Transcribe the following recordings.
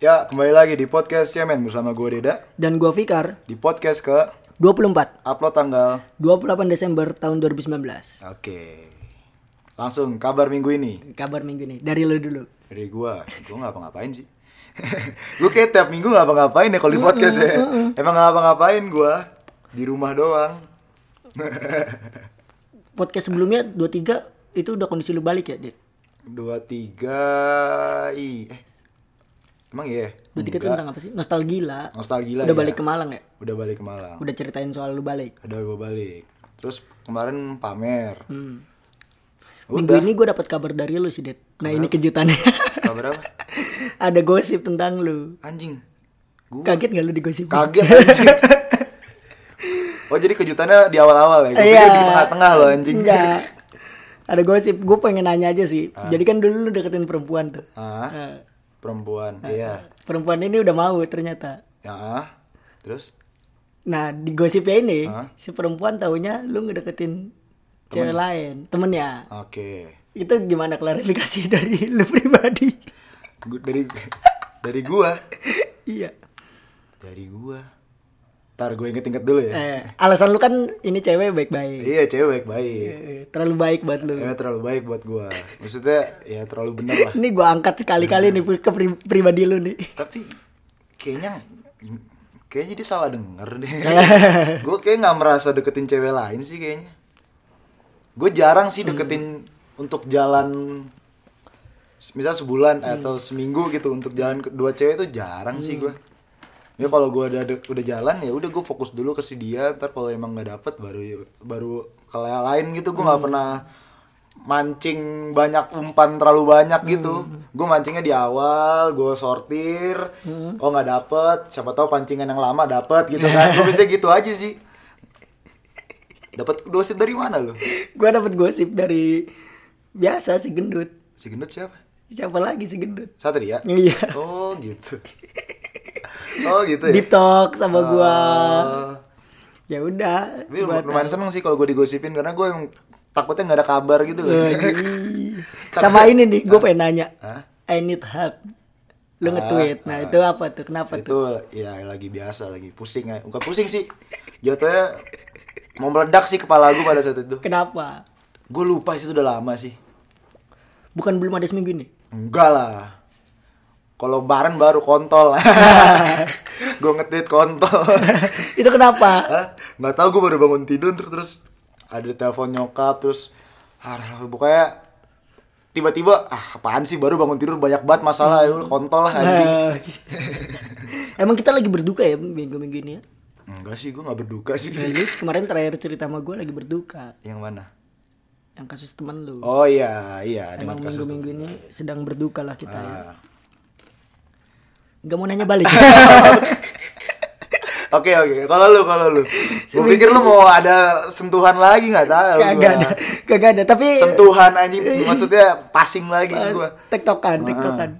Ya, kembali lagi di podcast Cemen bersama gue Deda. Dan gua Fikar, Di podcast ke 24, upload tanggal. 28 Desember tahun 2019. Oke. Langsung kabar minggu ini Kabar minggu ini dari lu dulu. dari gue. Gue ngapa-ngapain sih? gue kayak tiap minggu ngapa-ngapain ya kalau di podcast ya. Emang ngapa-ngapain gue di rumah doang. Podcast sebelumnya 23 itu udah kondisi lu balik ya, Dit? Dua tiga i. Eh, emang iya. ya? 23 itu tentang apa sih? Nostalgia. Nostalgia Udah ya? balik ke Malang ya? Udah balik ke Malang. Udah ceritain soal lu balik. Udah gue balik. Terus kemarin pamer. Mm. Minggu ini gue dapat kabar dari lu sih, Dit. Nah, ini kejutannya. Kabar apa? Ada gosip tentang lu. Anjing. Gue Kaget gak lu digosipin? Kaget anjing. oh jadi kejutannya di awal-awal ya? Gue Iya. di tengah-tengah loh anjing. Enggak. Ada gosip, gue pengen nanya aja sih. Jadi kan dulu lu deketin perempuan tuh. Ah, Nah, perempuan. Iya. perempuan ini udah mau ternyata. Ya ah. Terus? Nah, di gosipnya ini, si perempuan taunya lu ngedeketin cewek lain, temennya. Oke. Itu gimana klarifikasi dari lu pribadi? Gu- Dari dari gua. iya. Dari gua. Ntar gue inget-inget dulu ya. Eh, alasan lu kan ini cewek baik-baik. Iya Eh. cewek baik. Eh, Terlalu baik buat lu. Cewek terlalu baik buat gua. Maksudnya ya terlalu bener lah. Ini gua angkat sekali-kali nih ke pri- pribadi lu nih. Tapi kayaknya kayaknya dia salah denger deh. gue kayak nggak merasa deketin cewek lain sih kayaknya. Gue jarang sih deketin untuk jalan s- misal sebulan atau seminggu gitu untuk jalan ke- dua cewek itu jarang sih gue. Ya kalau gue udah de- udah jalan ya udah gue fokus dulu ke si dia. Ntar kalau emang nggak dapet baru baru ke yang lain gitu. Gue nggak pernah mancing banyak umpan terlalu banyak gitu. Gue mancingnya di awal, gue sortir. Oh nggak dapet. Siapa tahu pancingan yang lama dapet gitu kan. Gue biasanya gitu aja sih. Dapat dosis dari mana lo? Gua dapet gosip dari biasa si gendut. Si gendut siapa? Siapa lagi si gendut? Satria. Iya. Oh gitu. Oh gitu ya. Deep talk sama gua. Oh. Ya udah. Tapi lum- lumayan seneng sih kalau gue digosipin karena gue emang takutnya nggak ada kabar gitu. loh. Iya, Lagi. Sama ini nih, gue pengen nanya. Hah? I need help. Lu nge-tweet. Nah, itu apa tuh? Kenapa tuh? itu ya lagi biasa lagi pusing ya. Bukan pusing sih. Jatuhnya mau meledak sih kepala gue pada saat itu. Kenapa? Gue lupa sih itu udah lama sih. Bukan belum ada seminggu ini. Enggak lah. Kalau bareng baru kontol. gue ngetit kontol. itu kenapa? Hah? nggak tahu gue baru bangun tidur terus ada telepon nyokap terus ah, pokoknya tiba-tiba ah apaan sih baru bangun tidur banyak banget masalah ya, kontol lah anjing Nah, gitu. Emang kita lagi berduka ya minggu-minggu ini ya? enggak sih gue nggak berduka sih Nah, lu kemarin terakhir cerita sama gue lagi berduka. yang mana Yang kasus teman lu. oh iya iya dengan Emang kasus minggu-minggu ini sedang berduka lah kita Ah. ya. Gak mau nanya balik. oke oke kalau lu kalau lu gue pikir lu mau ada sentuhan lagi nggak tahu Kagak gua. ada. Iya. Kagak ada. Tapi... sentuhan anjing maksudnya passing lagi gue Ah. tektokan tektokan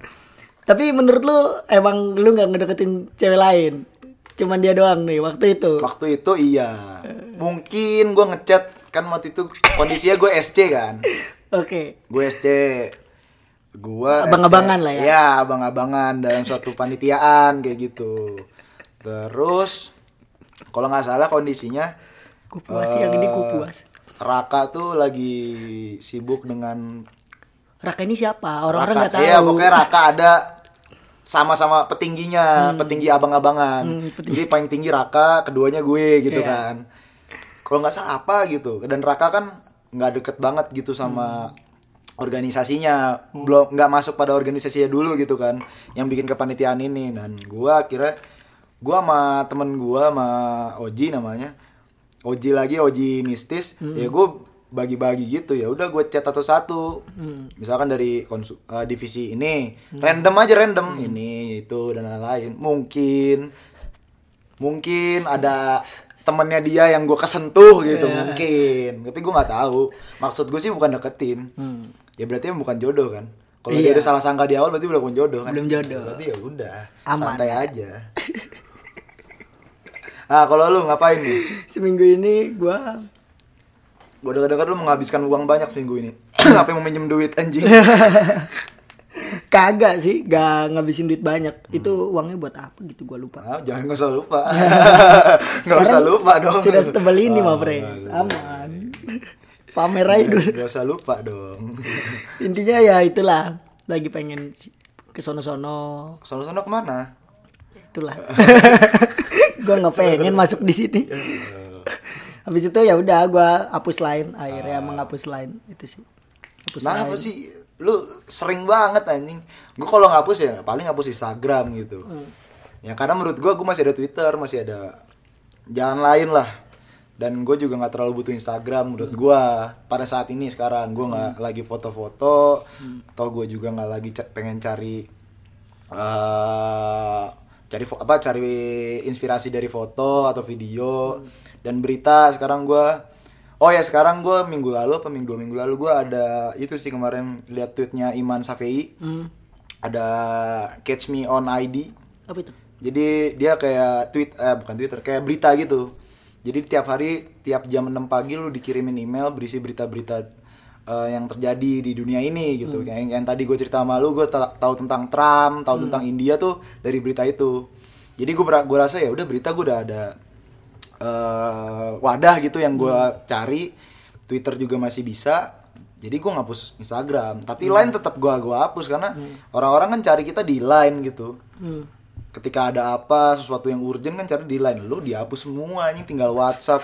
tapi menurut lu emang lu nggak ngedeketin cewek lain cuman dia doang nih waktu itu Waktu itu iya. Mungkin gue ngechat kan waktu itu kondisinya gue SC kan. oke Gue SC. Gue Abang-abangan lah ya. Iya, abang-abangan dalam suatu panitiaan kayak gitu. Terus kalau nggak salah kondisinya ku puas yang ini ku eh, puas Raka tuh lagi sibuk dengan Raka ini siapa orang-orang nggak Raka. tahu Iya, pokoknya Raka ada sama-sama petingginya, petinggi abang-abangan. Hmm, petinggi. Jadi paling tinggi Raka, keduanya gue gitu Iya. kan. Kalau nggak salah apa gitu. Dan Raka kan nggak deket banget gitu Hmm. sama organisasinya. Belum nggak masuk pada organisasinya dulu gitu kan. Yang bikin kepanitiaan ini dan gua akhirnya gua sama temen gua sama Oji namanya. Oji lagi Oji mistis. Hmm. Ya gue bagi-bagi gitu ya udah gue chat satu-satu Hmm. misalkan dari konsu- eh, divisi ini random aja random Hmm. ini itu dan lain-lain mungkin mungkin ada temennya dia yang gue kesentuh gitu Iya. mungkin tapi gue nggak tahu maksud gue sih bukan deketin ya berarti emang bukan jodoh kan kalau dia Hmm. Iya. ada salah sangka di awal berarti bukan jodoh kan Belum jodoh. berarti ya udah Aman. santai aja ah kalau lu ngapain nih seminggu ini gua gue Iya. dengar dengar lu menghabiskan uang banyak seminggu ini apa yang mau minjem duit anjing Kagak sih, gak ngabisin duit banyak. Itu uangnya buat apa gitu gua lupa. Ah, jangan nggak usah lupa nggak usah Iya. Sekarang lupa dong Ah, iya, Sudah setebal ini mah, Bre. nggak usah. Aman. Pamer aja dulu. nggak usah lupa dong Intinya ya itulah, lagi pengen ke sono-sono, sono sono kemana itulah. gua nggak pengen masuk di sini. Habis itu ya udah gua hapus lain, akhirnya menghapus lain itu sih. Hapus nah line. apa sih lu sering banget anjing gue kalau ngapus ya paling ngapus Instagram gitu ya karena menurut gue gue masih ada Twitter masih ada jalan lain lah dan gue juga nggak terlalu butuh Instagram menurut gue pada saat ini sekarang gue nggak lagi foto-foto atau gue juga nggak lagi ca- pengen cari eh cari fo- apa cari inspirasi dari foto atau video dan berita sekarang gue Oh ya sekarang gue minggu lalu apa minggu dua minggu lalu gue ada itu sih kemarin lihat tweetnya Iman Safei Hmm. ada Catch Me on ID Apa itu? jadi dia kayak tweet eh bukan Twitter kayak berita gitu jadi tiap hari tiap jam 6 pagi lu dikirimin email berisi berita-berita eh, yang terjadi di dunia ini gitu Kayak yang, yang tadi gue cerita sama lu gue ta- tahu tentang Trump tahu tentang India tuh dari berita itu jadi gue gue rasa ya udah berita gue udah ada eh, wadah gitu yang gue cari Twitter juga masih bisa jadi gue ngapus Instagram tapi Line tetap gue gua hapus karena orang-orang kan cari kita di Line gitu ketika ada apa sesuatu yang urgent kan cari di line lu dihapus semua anjing tinggal WhatsApp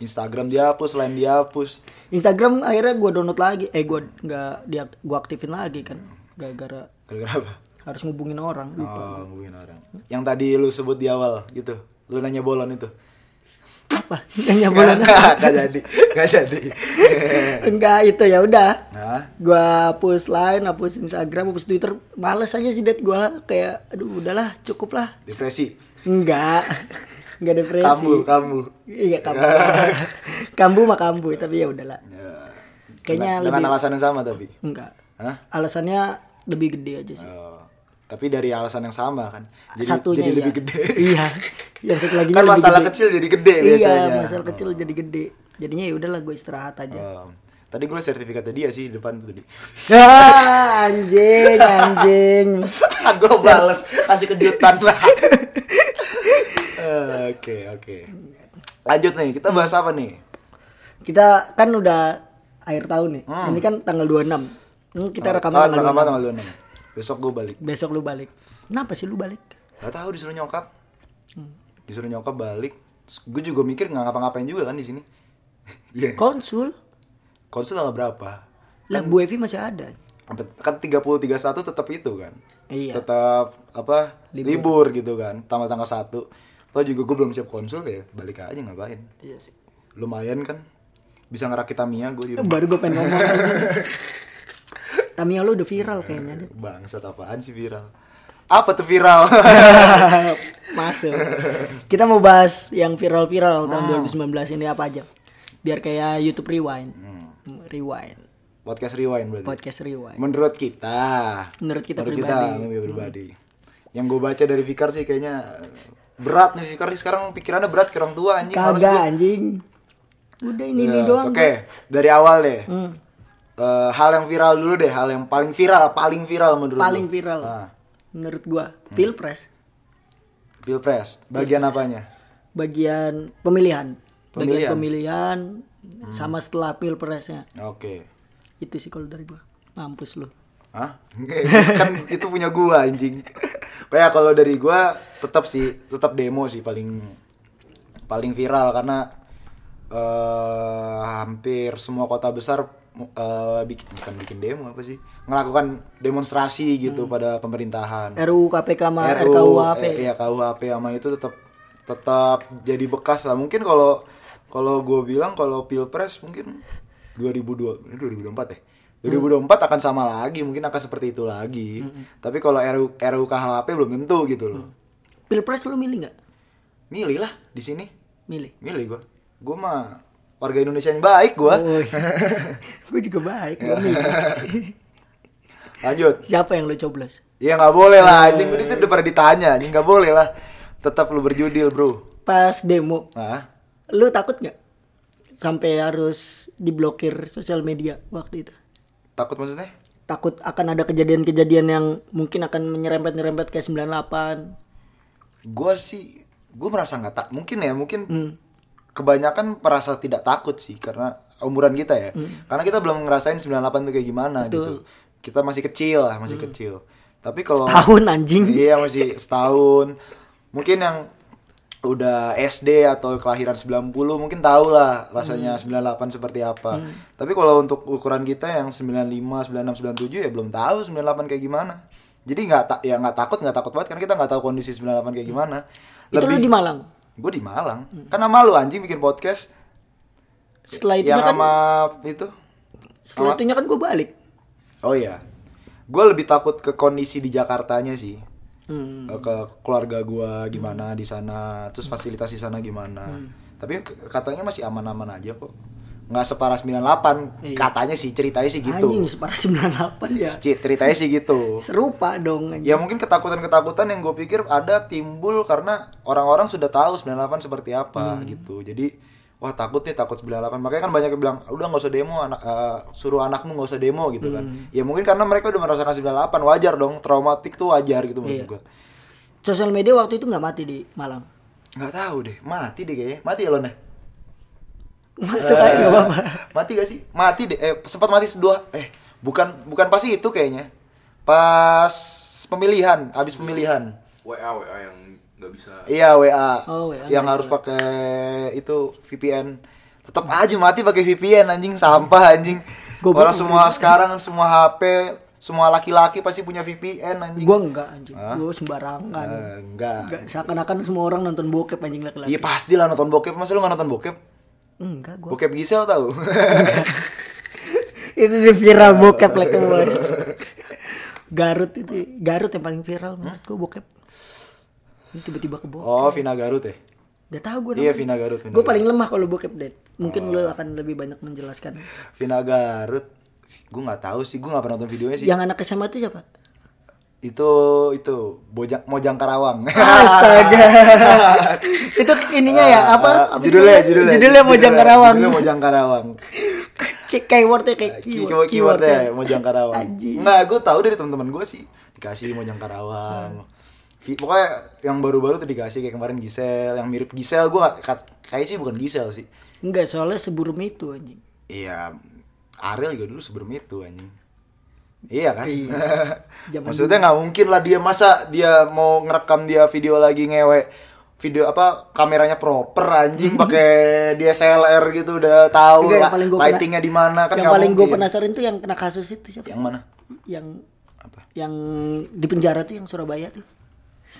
Instagram dihapus line dihapus Instagram akhirnya gua download lagi, eh gua nggak dia gua aktifin lagi kan, gara-gara gara-gara apa harus ngubungin orang. lupa. oh, ngomongin orang yang tadi lu sebut di awal gitu lu nanya bolon itu Apa? Nanya bolon. Nggak, nggak jadi nggak jadi Enggak itu ya udah. nah Gua hapus Line, hapus Instagram, hapus Twitter. Males aja sih dat gua kayak aduh udahlah, cukup lah. depresi Enggak. Enggak depresi. kambu kambu Iya, kambu. kambu mah kambu, tapi ya udahlah. Ya. Kayaknya dengan, dengan lebih- alasan yang sama tapi Enggak. Hah? Alasannya lebih gede aja sih. Oh, tapi dari alasan yang sama kan jadi Satunya jadi iya. lebih gede Iya. Yang satu lagi kan masalah kecil jadi gede biasanya Iya, masalah kecil jadi gede. Jadinya ya udahlah gue istirahat aja. Oh, tadi gue liat sertifikatnya dia sih di depan tuh tadi. Ah, anjing, anjing. gue bales kasih kejutan lah. Eh, Oke oke. Lanjut nih kita bahas apa nih? Kita kan udah akhir tahun nih. Hmm. Ini kan tanggal 26. Hmm, kita rekaman Ah, tanggal rekaman 26. tanggal 26. Besok gue balik. Besok lu balik. Kenapa sih lu balik? Gak tahu disuruh nyokap. Disuruh nyokap balik. Gue juga mikir nggak ngapa-ngapain juga kan di sini. Iya. Konsul? Konsul tanggal berapa? Lah Kan Bu Evi masih ada. Sampai- kan 30 31 tetap itu kan. Iya. Tetap apa? Libur, gitu kan. Tanggal tanggal 1. Toh juga gue belum siap konsul ya, balik aja ngapain. Iya sih. Lumayan kan. Bisa ngerakit Tamiya gue di rumah. Baru gue pengen ngomong. Tamiya lu udah viral kayaknya. Dit. Bangsat apaan sih viral? Apa tuh viral? Masuk. Kita mau bahas yang viral-viral Hmm. tahun 2019 ini apa aja. Biar kayak YouTube Rewind. Hmm. Rewind. Podcast rewind berarti. Podcast Rewind. Menurut kita. Menurut kita kita, menurut kita pribadi. Yang gue baca dari Fikar sih kayaknya berat nih Fikar nih sekarang pikirannya berat ke orang tua anjing. Males gua. Kagak anjing. Udah ini ini Ya, doang. Hmm. Oke, dari awal deh. Eh, hal yang viral dulu deh, hal yang paling viral, paling viral menurut Paling lu. viral. Ah. Hmm. Menurut gua, Pilpres Pilpres, bagian apanya? bagian pemilihan. Pemilihan. Hmm. Bagian pemilihan sama setelah Pilpresnya. Oke. Itu sih kalau dari gua. Mampus lu. Hah? kan itu punya gua anjing. Kayak kalau dari gua tetap sih, tetap demo sih paling paling viral karena eh hampir semua kota besar eh bikin bukan bikin demo apa sih? Melakukan demonstrasi gitu pada pemerintahan. RUU KPK sama RU, RKUHP. eh, iya KUHP sama itu tetap tetap jadi bekas lah. Mungkin kalau kalau gue bilang kalau Pilpres mungkin 2002 ini 2024 ya. 2024 akan sama lagi, mungkin akan seperti itu lagi. Tapi kalau RU RUKHP belum tentu gitu loh. Pilpres lu milih nggak? Milih lah di sini. Milih. Milih gua. Gua mah warga Indonesia yang baik gua. iya. gue juga baik, gua milih. Lanjut. Siapa yang lu coblos? Ya nggak boleh lah, anjing gua itu udah pada ditanya, anjing nggak boleh lah. Tetap lu berjudil, Bro. Pas demo, Nah, lu takut nggak? Sampai harus diblokir sosial media waktu itu. takut maksudnya? takut akan ada kejadian-kejadian yang mungkin akan menyerempet-nyerempet kayak 98 gue sih gue merasa nggak tak mungkin ya mungkin kebanyakan merasa tidak takut sih karena umuran kita ya karena kita belum ngerasain 98 tuh kayak gimana gitu kita masih kecil lah masih kecil tapi kalau tahun anjing Oh. iya masih setahun mungkin yang udah SD atau kelahiran 90 mungkin tahu lah rasanya Hmm. 98 seperti apa. Tapi kalau untuk ukuran kita yang 95, 96, 97 ya belum tahu 98 kayak gimana. Jadi nggak ta- ya nggak takut nggak takut banget karena kita nggak tahu kondisi 98 kayak gimana. Hmm. itu lu di Hmm. Malang Gue di Malang. Kan sama lu anjing bikin podcast setelah itu yang kan sama itu. setelah itunya kan gue balik Oh iya. Gue lebih takut ke kondisi di Jakartanya sih. Hmm. Eh, Ke keluarga gua gimana di sana, terus fasilitas di sana gimana. Hmm. Tapi k- katanya masih aman-aman aja kok. nggak separah 98 Iya. katanya sih ceritanya sih anjing gitu. separah 98 ya Ci- Ceritanya sih gitu. serupa dong anjing. Ya mungkin ketakutan-ketakutan yang gue pikir ada timbul karena orang-orang sudah tahu 98 seperti apa Hmm. gitu. Jadi wah takut nih takut 98. Makanya kan banyak yang bilang udah nggak usah demo anak eh, suruh anakmu nggak usah demo gitu kan. Hmm. Ya mungkin karena mereka udah merasakan 98 wajar dong traumatik tuh wajar gitu menurut Iya. gue. sosial media waktu itu nggak mati di Malang Nggak tahu deh mati deh kayaknya mati ya lo nih. Eh, masuk aja nggak apa-apa mati gak sih? Mati deh. Eh sempat mati dua eh bukan bukan pas itu kayaknya. Pas pemilihan, habis pemilihan. WA WA ah, yang nggak bisa Iya WA. Oh, WA. Yang harus pakai itu VPN. Tetap aja mati pakai VPN anjing sampah anjing. Goblok Orang semua sekarang semua HP, semua laki-laki pasti punya VPN anjing. gue enggak anjing gue sembarangan Eh, enggak. Enggak, seakan-akan semua orang nonton bokep anjing Iya laki-laki pasti lah nonton bokep. Masa lu gak nonton bokep? enggak gue Bokep Gisel tau. itu di viral bokep laki boys Garut itu Garut yang paling viral menurut gue bokep ini tiba-tiba ke bokep oh, Vina Garut ya. Gak tau gue Iya, Oh. Vina Garut, Vina Gue paling lemah kalau bokep deh Mungkin lo akan lebih banyak menjelaskan Vina Garut. Gue nggak tahu sih, gue nggak pernah nonton videonya sih. Yang anak SMA itu siapa? Itu itu Bojang Mojang Karawang. Astaga. itu ininya ya Ah, apa? apa sih judulnya, namanya? judulnya. Judulnya Mojang Karawang. Judulnya Mojang Karawang. Kayak keywordnya kayak keyword keywordnya Mojang Karawang ya. Anjing. nggak gue tahu dari teman-teman gue sih dikasih Mojang Karawang Vi- pokoknya yang baru-baru tuh dikasih kayak kemarin Gisel yang mirip Gisel gue kayak sih bukan Gisel sih Enggak soalnya sebelum itu anjing. iya Ariel juga dulu sebelum itu anjing iya kan Iya. Zaman maksudnya nggak mungkin lah dia masa dia mau ngerekam dia video lagi ngewe video apa kameranya proper anjing pakai DSLR gitu udah tahu Hmm. Enggak, lah, gua pena- lightingnya di mana kan Yang nggak paling gue mungkin. penasaran tuh yang kena kasus itu siapa? yang mana Yang apa yang di penjara tuh yang Surabaya tuh.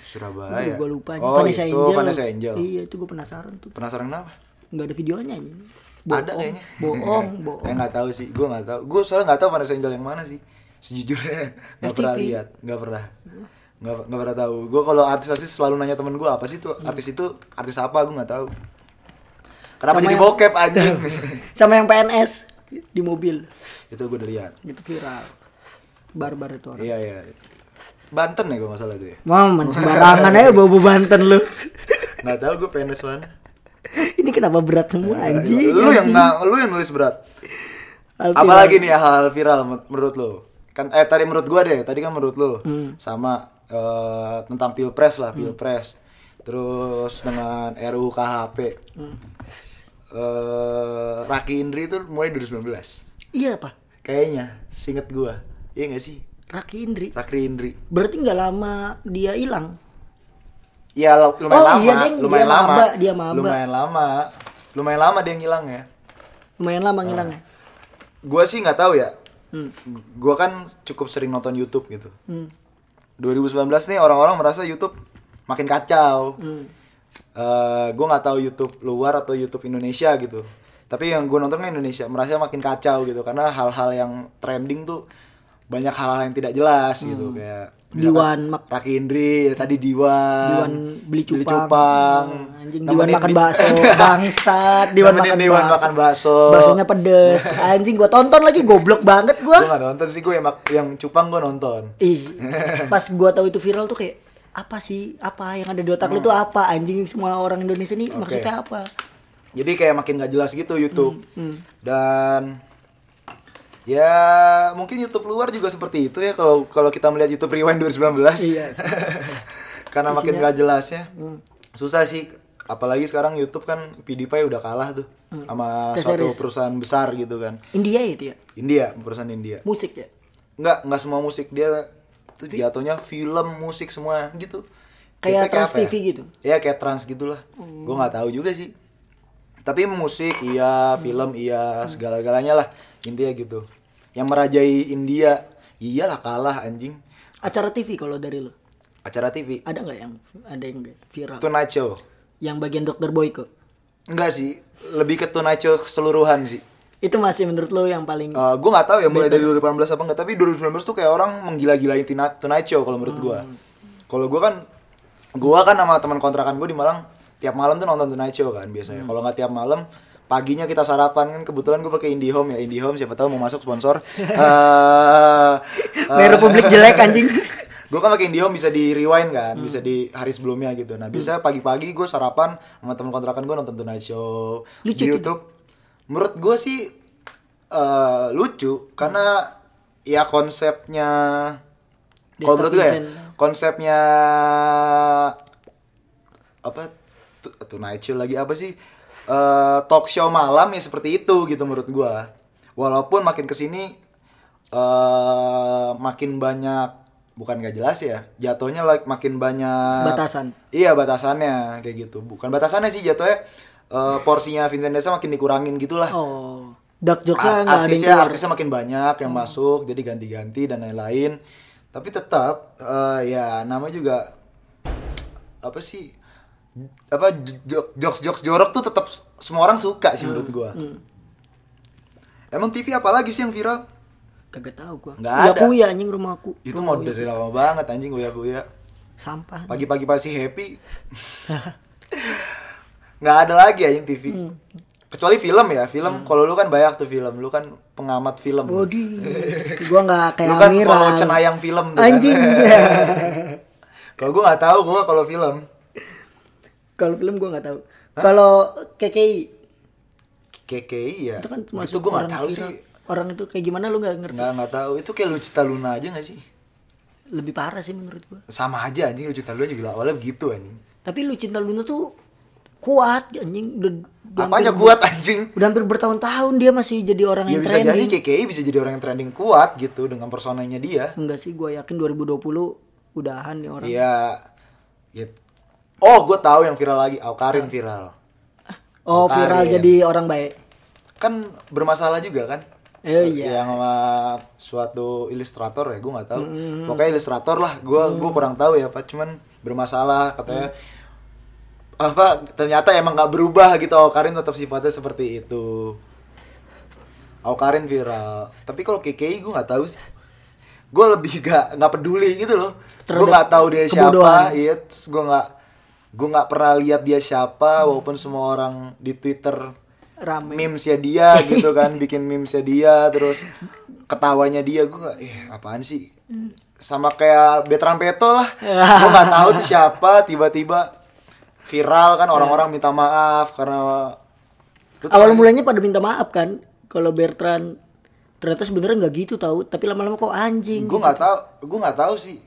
Surabaya. gue lupa anjing. Oh, itu Vanessa Angel. Iya, itu gue penasaran tuh. Penasaran kenapa? Enggak ada videonya anjing. Ada Bohong, kayaknya. Bohong, Saya bohong. nggak tahu sih. Gue nggak tahu. Gue soalnya nggak tahu Vanessa Angel yang mana sih. Sejujurnya nggak pernah FTV. lihat, nggak pernah. Nggak nggak pernah tahu. Gue kalau artis-artis selalu nanya temen gue apa sih Hmm. tuh artis itu artis apa gue nggak tahu. Kenapa Sama jadi yang- bokep anjing? Sama yang PNS di mobil. itu gue udah lihat. Itu viral. Barbar itu orang. Iya iya. Banten ya gue masalah itu ya. Maman sembarangan aja bobo Banten lu. Nggak tahu gue PNS mana. Ini kenapa berat semua anjing? Iya, Lu yang na- lu yang nulis berat. Alvira. Apalagi nih ya, hal-hal viral men- menurut lo? Kan eh tadi menurut gua deh, tadi kan menurut lo Hmm. sama eh, tentang pilpres lah, pilpres. Terus dengan RUU KHP. Hmm. Eh, Raki Indri itu mulai 2019. Iya apa? Kayaknya, singet gua. Iya gak sih? Raki Indri. Raki Indri. Berarti nggak lama dia hilang. Iya, lu- lumayan Oh, lama, iya, Deng. Dia lumayan lama. maba, dia maba. Lumayan lama. Lumayan lama dia ngilang ya. Lumayan lama Oh. ngilangnya. Gua sih nggak tahu ya. Gua kan cukup sering nonton YouTube gitu. Hmm. 2019 nih orang-orang merasa YouTube makin kacau. Hmm. gue nggak tahu YouTube luar atau YouTube Indonesia gitu. Tapi yang gue nonton kan Indonesia merasa makin kacau gitu karena hal-hal yang trending tuh banyak hal-hal yang tidak jelas gitu kayak Hmm. Diwan misalkan mak- Raki Indri ya tadi Diwan, Diwan beli cupang. cupang. Ah, Anjing Diwan Nemenin makan di- bakso bangsat. Diwan Nemenin makan Diwan bakso. makan bakso. Baksonya pedes. Anjing gua tonton lagi goblok banget Gue gua. gak nonton sih gue yang, mak- yang cupang gue nonton. Ih. Pas gua tahu itu viral tuh kayak apa sih? Apa yang ada di otak lu tuh Hmm. apa? Anjing semua orang Indonesia nih maksudnya apa? Hmm, Jadi kayak makin gak jelas gitu YouTube. Dan Ya mungkin YouTube luar juga seperti itu ya kalau kalau kita melihat YouTube Rewind 2019. Iya. Hmm. Karena makin gak jelas ya. Susah sih apalagi sekarang YouTube kan PewDiePie udah kalah tuh sama Teh suatu Hmm. series. perusahaan besar gitu kan. India ya dia India, perusahaan India. musik ya Enggak, enggak semua musik dia tuh jatuhnya film, musik semua gitu. Kayak Kita Trans apa TV gitu? Oh. Ya kayak trans gitulah. Gue nggak tahu juga sih. Tapi musik Hmm. iya, film iya, segala-galanya lah India gitu. Yang merajai India, iyalah kalah anjing. acara TV kalau dari lo Acara TV, ada nggak yang ada yang nggak viral Tonight Show. yang bagian dokter Boyko Enggak sih, lebih ke Tonight Show keseluruhan sih. itu masih menurut lo yang paling Eh gue nggak tahu ya mulai dari 2018 apa enggak tapi 2019 tuh kayak orang menggila-gilain Tina- Tonight Show kalau menurut gue kalau gue kan gue kan sama teman kontrakan gue di Malang tiap malam tuh nonton Tonight Show kan biasanya kalau nggak tiap malam paginya kita sarapan kan kebetulan gue pakai IndiHome ya IndiHome siapa tahu mau masuk sponsor eh Bayar Republik jelek anjing gue kan pakai IndiHome bisa di rewind Hmm. kan bisa di hari sebelumnya gitu nah biasanya pagi-pagi gue sarapan sama teman kontrakan gue nonton Tonight Show Lucu di tuh. YouTube menurut gue sih eh, lucu karena ya konsepnya Desta kalau menurut gue ya, Vincent. konsepnya apa tu- Tonight Show lagi apa sih Eh talk show malam ya seperti itu gitu menurut gua walaupun makin kesini eh makin banyak bukan gak jelas ya jatuhnya like makin banyak Batasan. iya batasannya kayak gitu bukan batasannya sih jatuhnya eh, porsinya Vincent Desa makin dikurangin gitulah oh dark jokes Ar- nggak ada yang artisnya keluar Hmm. artisnya makin banyak yang masuk jadi ganti-ganti dan lain-lain tapi tetap eh, ya nama juga apa sih apa j- j- jokes jokes jorok tuh tetap s- semua orang suka sih menurut Hmm. gua emang TV apa lagi sih yang viral kagak tahu gua Nggak ya ada. kuya anjing rumahku itu mau iya. dari lama banget anjing gue ya Hmm. sampah pagi-pagi pasti happy nggak ada lagi anjing TV Hmm. kecuali film ya film kalau lu kan banyak tuh film lu kan pengamat film Waduh, gua nggak kayak lu kan Amira. kalau cenayang film tuh kan. Anjing. kalau gue nggak tahu gue kalau film kalau film gua nggak tahu. Kalau KKI KKI ya itu kan termasuk itu gue nggak orang tahu viral. sih Orang itu kayak gimana lu nggak ngerti? nggak nggak tahu itu kayak Lucita Luna aja nggak sih Lebih parah sih menurut gua. sama aja anjing Lucita Luna juga awalnya begitu anjing Tapi lu cinta Luna tuh kuat anjing udah udah apanya hampir- kuat anjing Udah hampir bertahun-tahun dia masih jadi orang ya yang bisa jadi trending. KKI bisa jadi orang yang trending kuat gitu dengan personanya dia Enggak sih, gua yakin 2020 udahan nih orang. Iya. Ya. Oh, gue tahu yang viral lagi. Awkarin viral. Oh, viral Karin. jadi orang baik. Kan bermasalah juga kan? Eh, iya. Yang sama suatu ilustrator ya, gue nggak tahu. Mm-hmm. Pokoknya ilustrator lah. Gue gua kurang tahu ya, Pak. Cuman bermasalah katanya. Mm. Apa ternyata emang nggak berubah gitu. Awkarin tetap sifatnya seperti itu. Awkarin viral. Tapi kalau KKI gue nggak tahu sih. Gue lebih gak nggak peduli gitu loh. Gue Terhadap nggak tahu dia kebodohan. siapa. Iya, terus gue nggak gue nggak pernah lihat dia siapa. Walaupun semua orang di Twitter Rame. memesnya dia gitu kan, bikin memesnya dia, terus ketawanya dia gue nggak, eh apaan sih? Sama kayak Betran Peto lah. gue nggak tahu tuh siapa. Tiba-tiba viral kan orang-orang minta maaf karena Awal mulanya pada minta maaf kan kalau Bertrand ternyata sebenarnya nggak gitu tahu, tapi lama-lama kok anjing. gue nggak tahu gue nggak tahu sih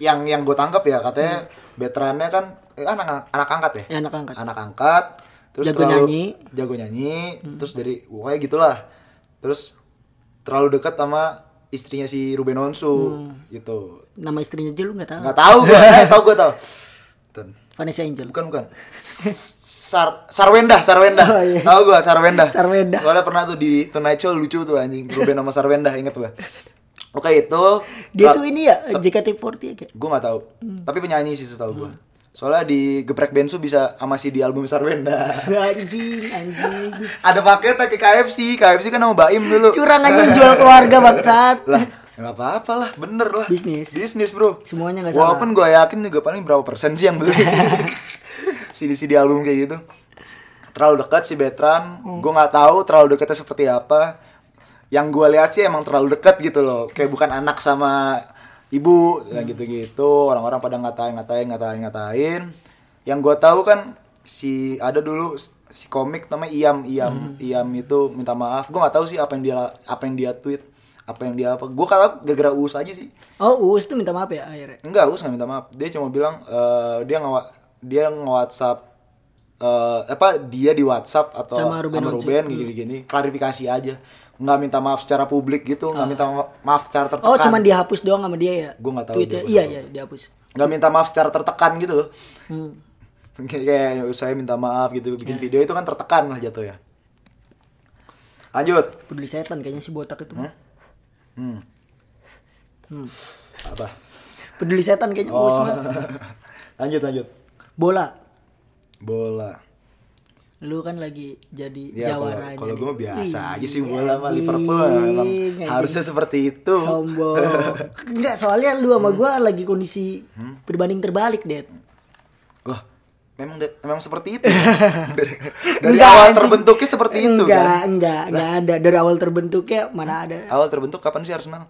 yang yang gue tangkap ya katanya veterannya kan eh, anak anak angkat ya Ya, anak angkat. anak angkat terus Jago terlalu nyanyi. Hmm. jago nyanyi terus dari pokoknya gitulah terus terlalu dekat sama istrinya si Ruben Onsu Hmm. gitu Nama istrinya aja lu nggak tahu. nggak tahu gue eh, tahu gue tahu Tuh. Vanessa Angel. bukan bukan Sar Sarwenda Sarwenda Oh, iya. tahu gue Sarwenda Sarwenda. soalnya pernah tuh di Tonight Show lucu tuh anjing Ruben sama Sarwenda inget gue oke itu Dia Tra- tuh ini ya JKT48 ya. gue nggak tahu tapi penyanyi sih setahu gue Hmm. soalnya di geprek bensu bisa sama si di album Sarwenda Anjing, anjing. ada paketnya ke KFC KFC kan sama Baim dulu Curang anjing jual keluarga bangsat. lah nggak apa-apa lah bener lah Bisnis. bisnis bro Semuanya nggak salah. walaupun gue yakin juga paling berapa persen sih yang beli CD CD album kayak gitu terlalu dekat si Betran Hmm. gue nggak tahu terlalu dekatnya seperti apa yang gue lihat sih emang terlalu dekat gitu loh kayak bukan anak sama ibu kayak gitu-gitu orang-orang pada ngatain ngatain ngatain ngatain yang gue tahu kan si ada dulu s- Hmm. si komik namanya Iam Iam Iam itu minta maaf gue nggak tahu sih apa yang dia apa yang dia tweet apa yang dia apa gue kalah gara-gara uus aja sih Oh, Uus tuh minta maaf ya akhirnya. enggak us nggak minta maaf dia cuma bilang eh, dia nge dia nge WhatsApp eh, apa dia di WhatsApp atau Sama Ruben Hmm. Onsu. gini gini klarifikasi aja nggak minta maaf secara publik gitu nggak minta ma- maaf secara tertekan Ah. Oh, cuman dihapus doang sama dia ya? Kan. Gua nggak tahu Tweetnya. dia Iya, hapus iya, dihapus. nggak minta maaf secara tertekan gitu loh Hmm. Kayak- kayak saya minta maaf gitu bikin Ya. video itu kan tertekan lah jatuh ya lanjut Peduli setan kayaknya si botak itu. hmm. Hmm. apa Peduli setan kayaknya oh Uus mah. lanjut lanjut Bola. bola Lu kan lagi jadi ya kalau jawara kalau aja gue nih. biasa aja Ih, sih bola mah Liverpool anjing, emang anjing. harusnya seperti itu sombong. Enggak, soalnya lu Hmm. sama gua lagi kondisi berbanding terbalik, Det. loh memang de- memang seperti itu dari, dari Enggak, awal anjing. terbentuknya seperti itu Enggak, kan Hmm? enggak, enggak ada dari awal terbentuknya mana ada. awal terbentuk kapan sih Arsenal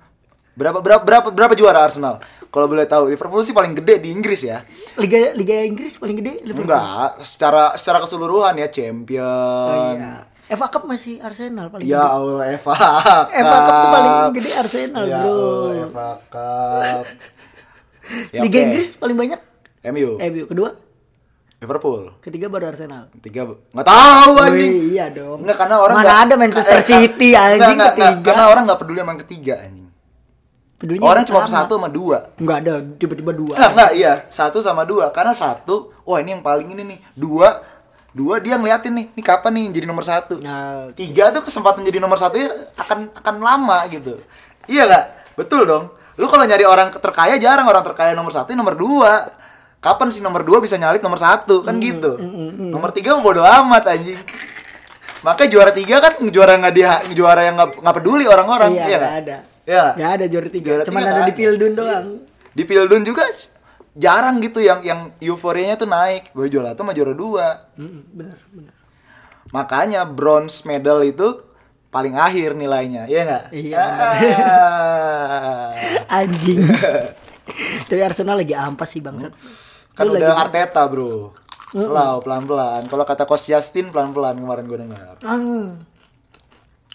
berapa berapa berapa berapa juara Arsenal kalau boleh tahu Liverpool sih paling gede di Inggris ya Liga Liga Inggris paling gede Liverpool. Oh, Enggak, secara secara keseluruhan ya champion. Iya. FA Cup masih Arsenal paling kan. Ya gede. Allah Eva FA Cup tuh paling gede Arsenal, ya bro. Allah Eva Cup. Ya, Liga oke. Inggris paling banyak MU, MU, kedua, Liverpool. ketiga baru Arsenal. Tiga nggak tahu anjing. Wih, iya dong. Enggak karena orang Mana nggak- ada Manchester eh, nggak- City, nggak, anjing, nggak, nggak, ketiga. karena orang nggak peduli sama yang ketiga anjing. Pedulinya Orang yang cuma sama. satu sama dua. Enggak ada tiba-tiba dua. Enggak, enggak, iya. Satu sama dua. Karena satu, wah ini yang paling ini nih. Dua, dua dia ngeliatin nih. Nih kapan nih jadi nomor satu. Nah, tiga tuh kesempatan jadi nomor satu ya akan akan lama gitu iya gak betul dong lu kalau nyari orang terkaya jarang orang terkaya nomor satu nomor dua kapan sih nomor dua bisa nyalip nomor satu kan gitu nomor tiga mau bodo amat anjing makanya juara tiga kan juara nggak dia juara yang nggak nggak peduli orang-orang iya, iya, enggak nggak? ada. iya Enggak ada juara tiga. Juara Cuman tiga ada nggak di ada. Pildun doang. di Pildun juga jarang gitu yang yang euforianya tuh naik gue juara satu sama juara dua Mm-mm, Benar, benar. Makanya bronze medal itu paling akhir nilainya, iya nggak? Iya. Ah. Anjing. Tapi Arsenal lagi ampas sih bangsat. kan Lu udah lagi- Arteta bro, slow pelan-pelan. Kalau kata Coach Justin pelan-pelan kemarin gue dengar. Hmm.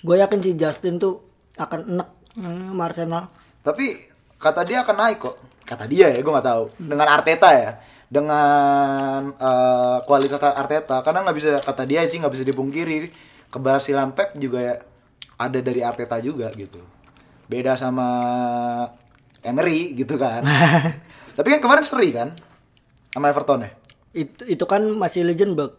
Gue yakin si Justin tuh akan enek hmm, sama Arsenal. Tapi kata dia akan naik kok. Kata dia ya, gue nggak tahu. Dengan Arteta ya, dengan eh, kualitas Arteta. Karena nggak bisa kata dia sih nggak bisa dipungkiri keberhasilan Pep juga ya ada dari Arteta juga gitu. Beda sama Emery gitu kan. Tapi kan kemarin seri kan sama Everton ya. Itu itu kan masih Legendberg.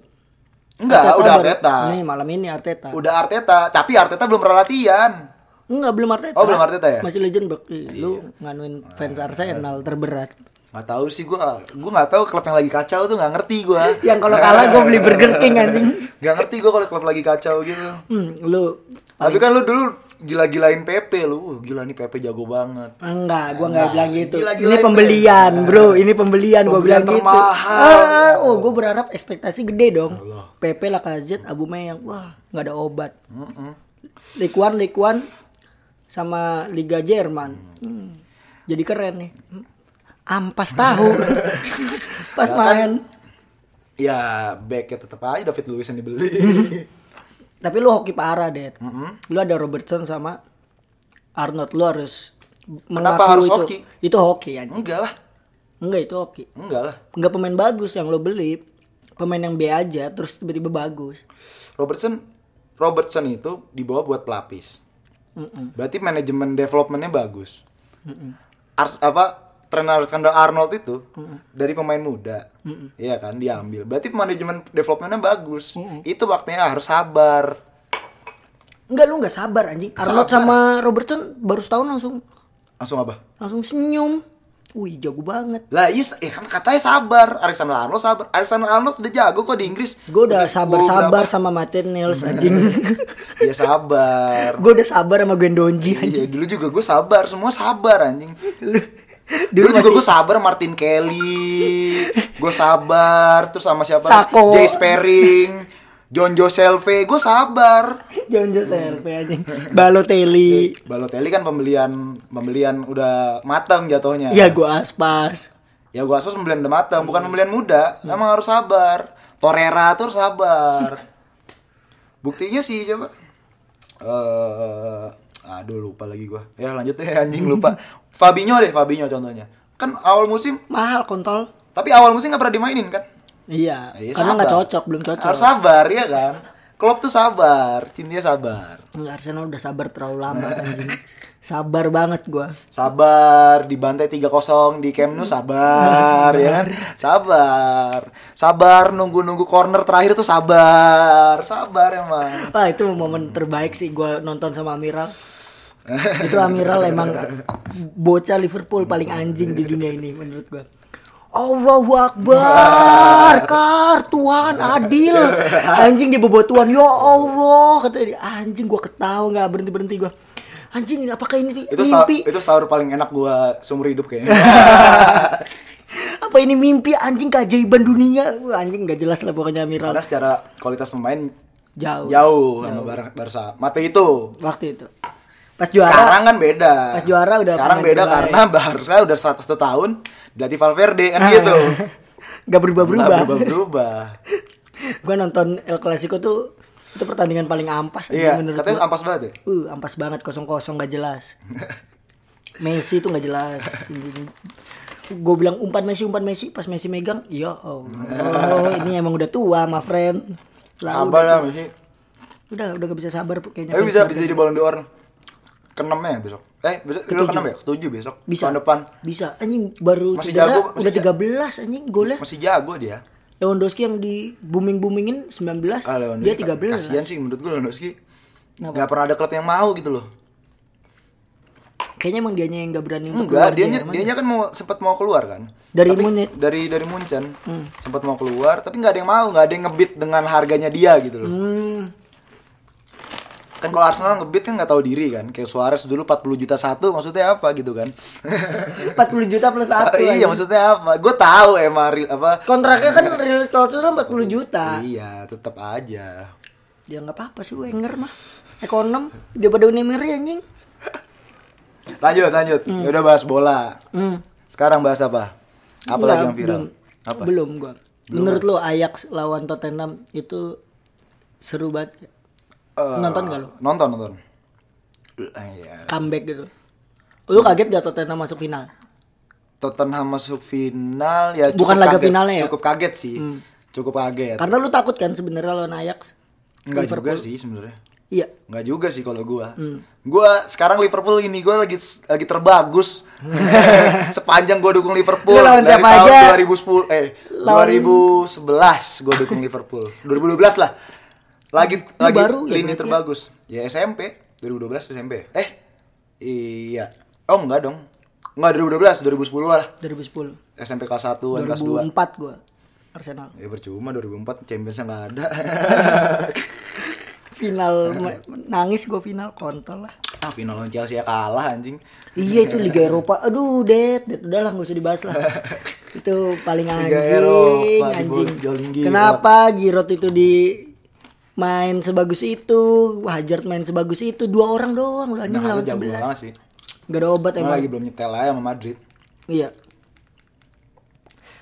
Enggak, Arteta udah baru- Arteta. Nih malam ini Arteta. Udah Arteta, tapi Arteta belum pernah latihan. Enggak belum Arteta. Oh, belum Arteta ya? Ah. Masih Legendberg. Ih, Lu nganuin fans Arsenal terberat. Nggak tahu sih gua, gua nggak tahu klub yang lagi kacau tuh nggak ngerti gua. Yang kalau kalah gue beli Burger King anjing. Gak ngerti gue kalau klub lagi kacau gitu. Hmm, lu Tapi kan lu dulu gila-gilain PP lu. Uh, gila nih PP jago banget. Enggak, gua enggak Nah, bilang gitu. gila-gila ini itu. Nah. pembelian, Bro. Ini pembelian, gua Pembelian bilang termahal. gitu. Ah, oh, gua berharap ekspektasi gede dong. PP Lacazette, Aubameyang. Wah, nggak ada obat. Likuan, Likuan sama Liga Jerman. Hmm. Jadi keren nih. Hmm. Ampas tahu. Pas Nah, kan- main. Ya, backnya tetep aja David Luiz yang dibeli. Tapi lu hoki parah, Det. Lu ada Robertson sama Arnold. Lu harus Kenapa mengakui harus itu. hoki? Itu hoki ya. enggak lah, Enggak itu hoki. enggak lah. nggak pemain bagus yang lo beli pemain yang B aja terus tiba-tiba bagus Robertson Robertson itu dibawa buat pelapis. Berarti manajemen developmentnya bagus. Ars- apa trainer Alexander Arnold itu dari pemain muda, iya kan diambil. Berarti manajemen developmentnya bagus. Itu waktunya harus sabar. enggak lu nggak sabar anjing Arnold sama Robertson baru setahun langsung Langsung apa? langsung senyum wih jago banget Lah iya, sa- eh, kan katanya sabar. Alexander Arnold sabar. Alexander Arnold udah jago kok di Inggris. gue udah sabar-sabar berapa- sama Martinez anjing Iya sabar. gue udah sabar sama Gwendonji anjing Iya dulu juga gue sabar, semua sabar anjing. Lu- Dulu, juga masih- gue sabar Martin Kelly, gue sabar terus sama siapa? Sako. Jay Sparing, John Joselve, gue sabar. John Joseph anjing Balotelli Balotelli kan pembelian pembelian udah matang jatuhnya. ya gue aspas Ya gue asal pembelian udah matang, bukan pembelian muda. Emang harus sabar. Torreira tuh harus sabar. Buktinya sih coba. Eh aduh lupa lagi gua ya lanjut deh anjing lupa Fabinho deh Fabinho contohnya kan awal musim mahal kontol tapi awal musim nggak pernah dimainin kan iya Iya, karena nggak sabar. cocok belum cocok harus sabar ya kan Klopp tuh sabar tim dia sabar Enggak, Arsenal udah sabar terlalu lama anjing sabar banget gua sabar dibantai 3-0 di Camp Nou sabar ya kan sabar sabar nunggu-nunggu corner terakhir tuh sabar sabar emang Wah itu momen terbaik sih gua nonton sama Amiral Itu Amiral emang bocah Liverpool paling anjing di dunia ini menurut gua Allahu Akbar, kar Tuhan adil. Anjing dibobot Tuhan, ya Allah kata dia. Anjing gua ketawa nggak berhenti berhenti gua. Anjing ini apakah ini itu sa- mimpi? itu sahur paling enak gua seumur hidup kayaknya Apa ini mimpi anjing keajaiban dunia? Wah, Anjing nggak jelas lah pokoknya Amiral. karena secara kualitas pemain Jauh. jauh sama Bar- Barca mate itu Waktu itu. Pas juara. sekarang kan beda Pas juara ya. udah sekarang pemain beda terbaik. karena Barca udah satu satu tahun dilatih Valverde kan Nah. gitu Gak berubah-berubah. berubah berubah gue nonton El Clasico tuh itu pertandingan paling ampas aja iya menurut katanya gua. ampas banget ya uh ampas banget kosong kosong gak jelas Messi tuh nggak jelas gue bilang umpan Messi umpan Messi pas Messi megang yo oh, ini emang udah tua ma friend lah Sabar udah, lah Messi udah udah gak bisa sabar kayaknya Tapi bisa bisa jadi balon d'or keenamnya ya besok. Eh besok lu keenam ya? Ketujuh besok. bisa Tahun depan bisa anjing baru Masih cedera, jago, masih udah jago. 13 anjing golnya masih jago dia. Lewandowski yang di booming boomingin 19 Ah, Lewandowski. dia 13 Kasian sih menurut gue Lewandowski. Gak pernah ada klub yang mau gitu loh. kayaknya emang dianya yang gak berani untuk keluar Enggak, dia yang dianya, mana. dianya kan mau sempat mau keluar kan. Dari Tapi- Munich. Hmm. Dari dari Munchen. Sempat mau keluar, tapi nggak ada yang mau, nggak ada yang ngebit dengan harganya dia gitu loh. Hmm, Kan kalau Arsenal ngebit kan nggak tahu diri kan. Kayak Suarez dulu 40 juta satu maksudnya apa gitu kan. 40 juta plus satu. iya, anjing. maksudnya apa? Gue tahu emang real- apa Kontraknya kan rilis klausul kan 40 juta. Iya, tetap aja. Ya nggak apa-apa sih Wenger mah. Ekonom daripada Unai Emery anjing. Lanjut, lanjut. Ya udah bahas bola. Hmm. Sekarang bahas apa? Apa Nggak, lagi yang viral? Belum, Apa? belum gua. Menurut lo Ajax lawan Tottenham itu seru banget. Eh, Nonton nggak lo? Nonton, nonton. Eh, Iya. Comeback gitu. Lu kaget gak Tottenham masuk final? Tottenham masuk final ya Bukan cukup laga kaget. finalnya ya? Cukup kaget sih. Cukup kaget. Karena lu takut kan sebenarnya lawan Ajax. Enggak juga sih sebenarnya. Iya. Enggak juga sih kalau gua. Hmm. Gua sekarang Liverpool ini gua lagi lagi terbagus. Sepanjang gua dukung Liverpool Lu lawan dari siapa tahun aja? 2010 eh Lawan- 2011 gua dukung Liverpool. 2012 lah. Lagi lagi baru ya lini berarti ya? terbagus. Ya SMP 2012 SMP. Eh iya. Oh enggak dong. Enggak 2012 2010 lah. 2010. SMP kelas 1 dan kelas 2. 2004 gua Arsenal. Ya percuma 2004 Champions enggak ada. Final me- nangis gua final kontol lah. ah final lawan Chelsea ya kalah anjing. Iya itu Liga Eropa. Aduh, Det, Det udah lah gak usah dibahas lah. itu paling anjing, Eropa, anjing. dibol- joling Giroud. Kenapa Giroud itu di main sebagus itu, Hazard main sebagus itu, dua orang doang lu anjing Nah, lu lawan jago sebelas. banget sih. Gak ada obat Emang emang. lagi belum nyetel aja sama Madrid. Iya.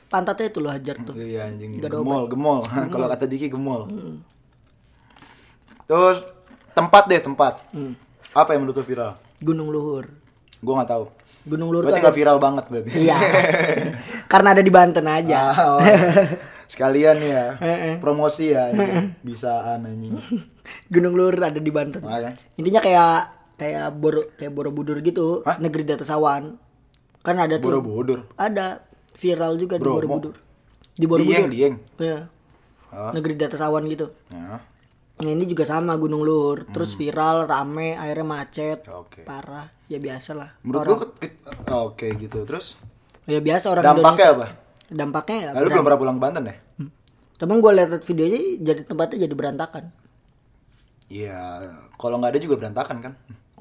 Pantatnya itu lo Hazard tuh. Iya anjing. Gak ada Hmm. Gemol, gemol. Kalau kata Diki gemol. Terus tempat deh tempat. Hmm. Apa yang menurut lu viral? Gunung Luhur. Gue nggak tahu. Gunung Luhur Berarti tuh nggak viral banget berarti. ada- Iya. Karena ada di Banten aja. Ah, oh. Sekalian ya, Eh, eh. promosi ya, anjing. bisaan anjing. Nah, kan? Gunung Luhur ada di Banten. Makanya. Intinya kayak kayak Boro kayak Borobudur gitu, negeri di atas awan. Kan ada tuh. Borobudur. Ada viral juga di Bromo. Borobudur. Di Borobudur. Dieng, Dieng. Iya. Ah. Negeri di atas awan gitu. Nah, Nah, ini juga sama Gunung Luhur, terus Hmm. viral, rame, airnya macet. Oke. Parah. Ya biasa lah. menurut Orang- gue oke gitu. Terus ya biasa orang dampaknya Indonesia. apa? Dampaknya ya. Nah, lu belum pernah pulang ke Banten ya? Temen gue liat videonya jadi tempatnya jadi berantakan. Iya, kalau nggak ada juga berantakan kan.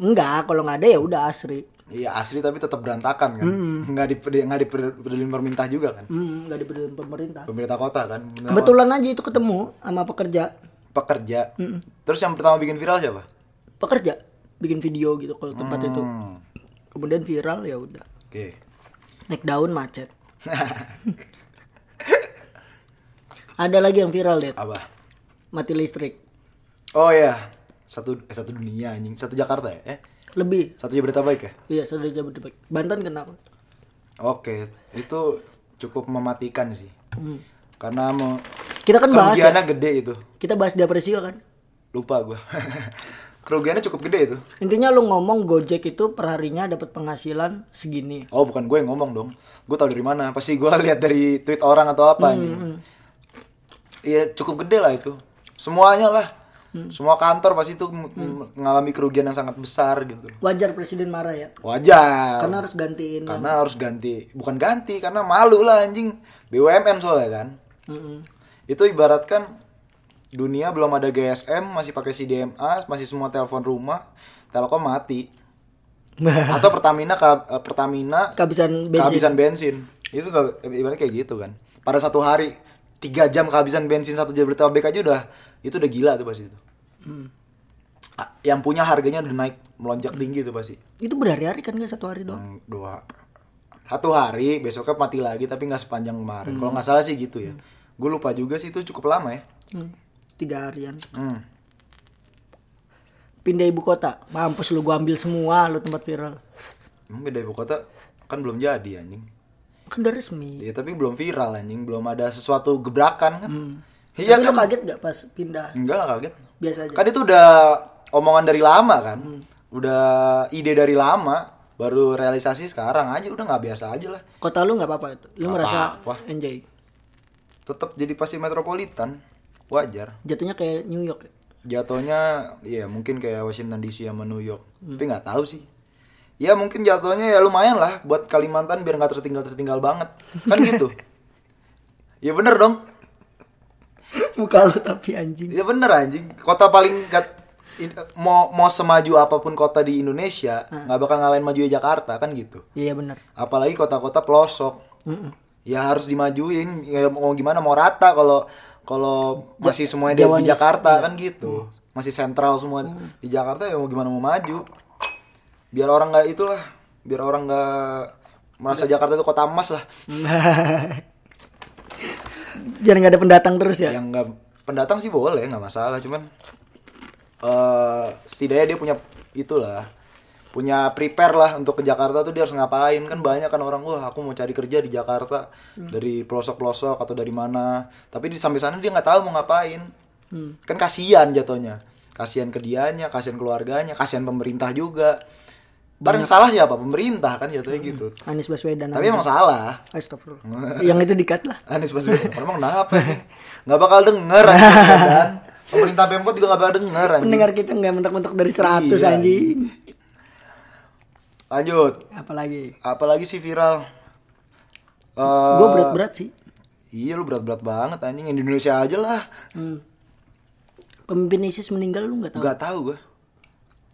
Enggak, kalau nggak ada ya udah asri. Iya asli tapi tetap berantakan kan. Nggak di nggak dipedulin pemerintah juga kan. Hmm, nggak dipeduliin pemerintah. Pemerintah kota kan. Bener. Kebetulan aja itu ketemu sama pekerja. Pekerja. Terus yang pertama bikin viral siapa? Pekerja bikin video gitu kalau tempat itu. Kemudian viral ya udah. Oke. Naik daun macet. Ada lagi yang viral deh. Apa? iya, Mati listrik. Oh ya, satu eh, satu dunia anjing, satu Jakarta ya. Eh, lebih Satu Jabodetabek ya? iya saudara Jabodetabek Banten kenapa Oke, itu cukup mematikan sih. Karena mau Hmm. kita kan bahas ya, kerugiannya gede itu. kita bahas di Apresio kan Lupa gua. kerugiannya cukup gede itu. intinya lu ngomong Gojek itu perharinya dapat penghasilan segini Oh, bukan gue yang ngomong dong. Gue tahu dari mana. Pasti gua lihat dari tweet orang atau apa ini. Iya, cukup gede lah itu. Semuanya lah. Semua kantor pasti itu m- m- mengalami kerugian yang sangat besar gitu. wajar presiden marah ya Wajar. karena harus gantiin karena harus ganti bukan ganti karena malu lah anjing BUMN soalnya kan itu ibaratkan dunia belum ada GSM masih pakai CDMA masih semua telepon rumah Telkom mati atau Pertamina ka- eh, Pertamina kehabisan bensin kehabisan bensin itu ke- ibaratnya kayak gitu kan pada satu hari tiga jam kehabisan bensin satu Jabodetabek aja udah itu udah gila tuh pasti itu Hmm. Ah, yang punya harganya udah naik melonjak tinggi tuh pasti itu berhari-hari kan nggak satu hari doang Hmm, dua satu hari besoknya mati lagi tapi nggak sepanjang kemarin kalau nggak salah sih gitu ya gue lupa juga sih itu cukup lama ya Hmm, tiga harian Hmm. pindah ibu kota mampus lu gua ambil semua lu tempat viral emang beda ibu kota kan belum jadi anjing kan udah resmi ya tapi belum viral anjing belum ada sesuatu gebrakan kan iya Hmm. tapi lu kan kaget nggak pas pindah enggak nggak kaget biasa aja kan itu udah omongan dari lama kan udah ide dari lama baru realisasi sekarang aja udah nggak biasa aja lah kota lu nggak apa-apa itu lu Nggak merasa apa-apa. enjoy tetap jadi pasti metropolitan wajar jatuhnya kayak New York ya? jatuhnya ya mungkin kayak Washington DC sama New York tapi nggak tahu sih ya mungkin jatuhnya ya lumayan lah buat Kalimantan biar nggak tertinggal tertinggal banget kan gitu ya bener dong muka lu tapi anjing ya bener anjing kota paling nggak- in- mau mau semaju apapun kota di Indonesia nggak bakal ngalahin maju Jakarta kan gitu iya benar apalagi kota-kota pelosok ya harus dimajuin ya, mau gimana mau rata kalau kalau masih semuanya di, di Jawanis, Jakarta kan gitu masih sentral semua di Jakarta ya mau gimana mau maju biar orang nggak itulah biar orang nggak merasa Jakarta itu kota emas lah jangan nggak ada pendatang terus ya yang nggak pendatang sih boleh nggak masalah cuman eh setidaknya dia punya itulah punya prepare lah untuk ke Jakarta tuh dia harus ngapain kan banyak kan orang wah aku mau cari kerja di Jakarta dari pelosok pelosok atau dari mana tapi di sampai sana dia nggak tahu mau ngapain kan kasihan jatuhnya kasihan ke dianya kasihan keluarganya kasihan pemerintah juga Ntar yang salah siapa pemerintah kan jatuhnya gitu Anies Baswedan tapi emang salah Astagfirullah. yang itu dikat lah Anies Baswedan emang kenapa nih? Nggak bakal denger Anies Baswedan Pemerintah Pemkot juga nggak bakal denger anjing pendengar kita nggak mentok-mentok dari 100 Iya, anjing Lanjut apalagi Apalagi sih viral Eh, gua berat-berat sih Iya lu berat-berat banget anjing Yang di Indonesia aja lah Hmm. pemimpin ISIS meninggal lu nggak tahu Nggak tahu gua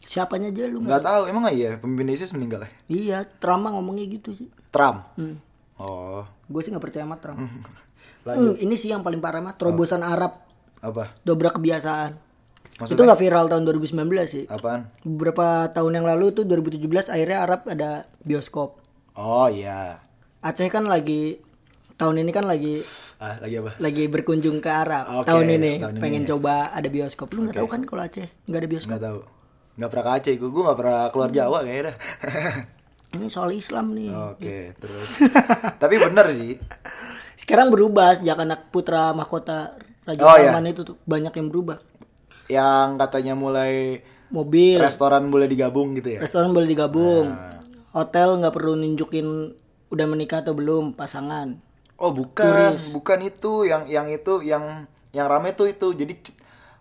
siapanya aja lu nggak Nggak tahu emang nggak iya pemimpin ISIS meninggal ya? iya Trump ngomongnya gitu sih Trump Oh gue sih nggak percaya sama Trump Lanjut Hmm, ini sih yang paling parah mah terobosan Arab Apa? dobrak kebiasaan Maksudnya? itu nggak viral tahun 2019 sih Apaan? beberapa tahun yang lalu tuh 2017 akhirnya Arab ada bioskop Oh iya Aceh kan lagi tahun ini kan lagi ah, Lagi apa? lagi berkunjung ke Arab Oke, tahun ini tahun ini. pengen coba ada bioskop lu nggak tahu kan kalau Aceh nggak ada bioskop Nggak tahu Nggak pernah ke Aceh gue nggak pernah keluar Jawa kayaknya dah ini soal Islam nih Oke terus Tapi bener sih sekarang berubah sejak anak putra mahkota Raja Oh, Salman itu tuh banyak yang berubah yang katanya mulai mobil restoran boleh digabung gitu ya. restoran boleh digabung Nah. hotel nggak perlu nunjukin udah menikah atau belum pasangan Oh, bukan, bukan itu yang yang itu yang yang rame tuh itu. Jadi c-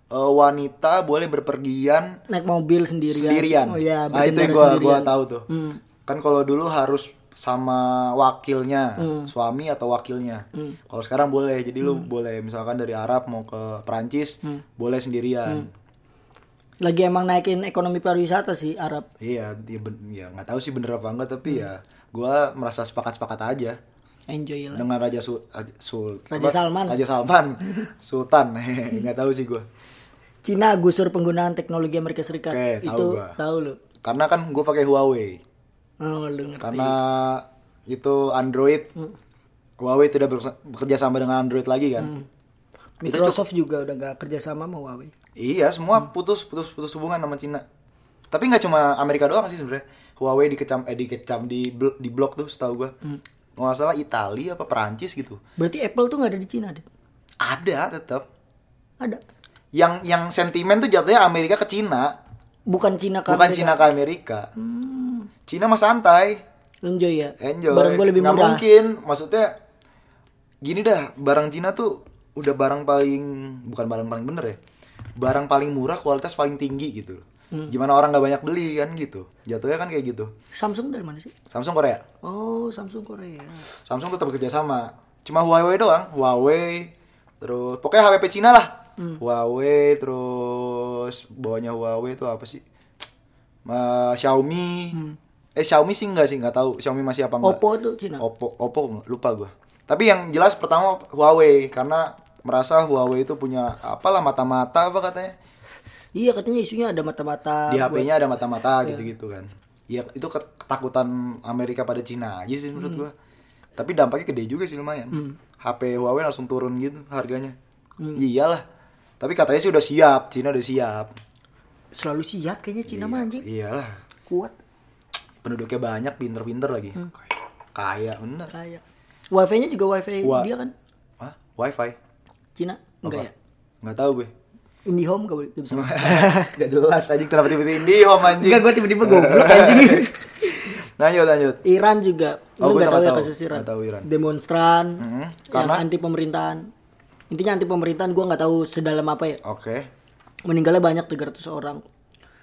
eh, wanita boleh berpergian naik mobil sendirian sendirian. oh ya nah, itu yang gua gua tahu tuh. Hmm. Kan kalau dulu harus sama wakilnya, Hmm. suami atau wakilnya. Kalau sekarang boleh. Jadi lu boleh misalkan dari Arab mau ke Perancis Hmm. boleh sendirian. lagi emang naikin ekonomi pariwisata sih Arab Iya, dia ben- ya nggak tahu sih bener apa enggak tapi Hmm. ya gua merasa sepakat-sepakat aja. enjoy lah dengan Raja Sul, Raja, Sul- Raja apa? Salman. Raja Salman Sultan nggak tahu sih gue Cina gusur penggunaan teknologi Amerika Serikat Oke, tahu itu gua. tahu lu karena kan gue pakai Huawei oh lu ngerti karena itu Android Huawei tidak berkes- bekerja sama dengan Android lagi kan Hmm. Microsoft juga udah gak kerja sama sama Huawei iya semua putus putus putus hubungan sama Cina Tapi nggak cuma Amerika doang sih sebenarnya. Huawei dikecam eh dikecam di bl- di blok tuh setahu gua. Hmm. Kalau nggak salah Italia apa Perancis gitu. Berarti Apple tuh nggak ada di Cina deh. Ada tetap. Ada. Yang yang sentimen tuh jatuhnya Amerika ke Cina, Bukan Cina kan. bukan Cina ke Amerika. Cina mah santai. Enjoy ya. Enjoy. Hmm. Barang gue lebih Nggak murah. mungkin, maksudnya gini dah, barang Cina tuh udah barang paling bukan barang paling bener ya. Barang paling murah, kualitas paling tinggi gitu. Hmm. Gimana orang nggak banyak beli kan gitu. Jatuhnya kan kayak gitu. Samsung dari mana sih? Samsung Korea. Oh, Samsung Korea. Samsung tetap bekerja sama. Cuma Huawei doang, Huawei terus pokoknya HPP Cina lah. Huawei terus bawahnya Huawei itu apa sih? Ma- Xiaomi. Eh Xiaomi sih enggak sih, enggak tahu Xiaomi masih apa enggak. Oppo tuh Cina. Oppo Oppo nggak? lupa gua. Tapi yang jelas pertama Huawei karena merasa Huawei itu punya apalah mata-mata apa katanya. Iya katanya isunya ada mata-mata. Di buat- HP-nya ada mata-mata Iya. gitu-gitu kan. Ya itu ket- ketakutan Amerika pada Cina aja sih Hmm. menurut gua. Tapi dampaknya gede juga sih lumayan. HP Huawei langsung turun gitu harganya. Hmm. Iyalah. Tapi katanya sih udah siap, Cina udah siap. Selalu siap kayaknya Cina Iya. mah anjing. Iyalah. Kuat. Penduduknya banyak, pinter-pinter lagi. Hmm. Kaya bener. Kayak. Wifi-nya juga wifi Wa- dia kan Hah? Wi-Fi? Cina. Enggak ya? Nggak tahu gue. IndiHome gak boleh gak bisa. Gak jelas anjing kenapa tiba-tiba Indihome anjing. Enggak gue tiba-tiba goblok anjing. Lanjut lanjut. Iran juga. Oh, Lu gua nggak nggak tahu ya tahu. kasus Iran. Nggak tahu Iran. Mm-hmm. Demonstran Karena? yang anti pemerintahan. Intinya anti pemerintahan gua nggak tahu sedalam apa ya. Oke. Meninggalnya banyak 300 orang.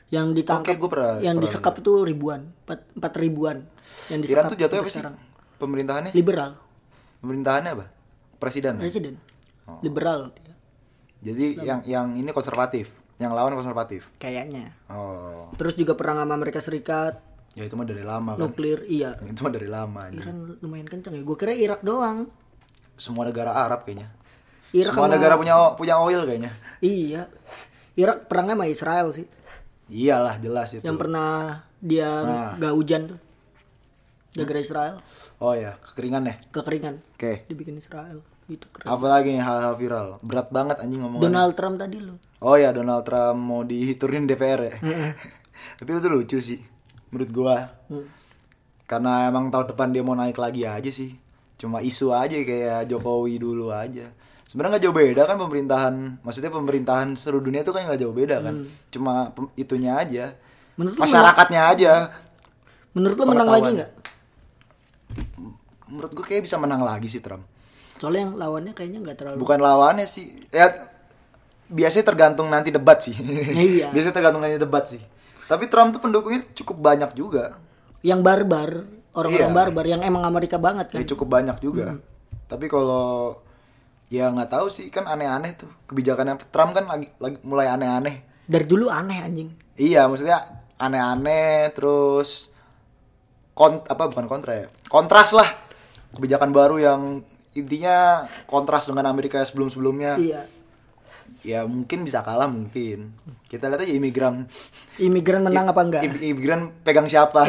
Yang Oke, ditangkap gua pernah- yang pernah disekap itu ribuan, 4 ribuan yang Iran disekap. tuh jatuhnya apa sampai sih? sekarang. Pemerintahannya? Liberal, Pemerintahannya apa? Presiden. ya? presiden. Liberal dia. Jadi yang yang ini konservatif, yang lawan konservatif. kayaknya. Oh, Terus juga perang sama Amerika Serikat, ya itu mah dari lama kan. nuklir, iya. Itu mah dari lama anjing. Iran lumayan kenceng ya. Gue kira Irak doang. Semua negara Arab kayaknya. Irak Semua sama- negara punya o- punya oil kayaknya. Iya. Irak perangnya sama Israel sih. Iyalah jelas itu. yang pernah dia Nah. nggak hujan tuh gara-gara Israel Oh ya, kekeringan deh. kekeringan Oke. dibikin Israel gitu keren Apalagi nih hal-hal viral. Berat banget anjing ngomongannya. Donald Trump tadi lo Oh ya, Donald Trump mau diturin DPR ya. Tapi itu lucu sih menurut gua. Karena emang tahun depan dia mau naik lagi aja sih. Cuma isu aja kayak Jokowi dulu aja. Sebenarnya nggak jauh beda kan pemerintahan, maksudnya pemerintahan seluruh dunia itu kan nggak jauh beda kan. Cuma pem- itunya aja. Hmm. Menurut lu masyarakatnya aja. menurut lo menang lagi Pengetahuan. nggak Menurut gua kayak bisa menang lagi sih Trump. soalnya yang lawannya kayaknya nggak terlalu Bukan lawannya sih. Ya biasanya tergantung nanti debat sih. Iya. biasanya tergantung nanti debat sih. Tapi Trump tuh pendukungnya cukup banyak juga. yang barbar orang-orang Iya. barbar yang emang Amerika banget kan Ya cukup banyak juga. Tapi kalau ya nggak tahu sih kan aneh-aneh tuh kebijakannya Trump kan lagi, lagi mulai aneh-aneh. dari dulu aneh anjing Iya, maksudnya aneh-aneh terus kon apa bukan kontra ya? Kontras lah. Kebijakan baru yang intinya kontras dengan Amerika sebelum-sebelumnya. iya Ya mungkin bisa kalah mungkin. Kita lihat aja imigran Iya. imigran menang apa enggak Im- imigran pegang siapa?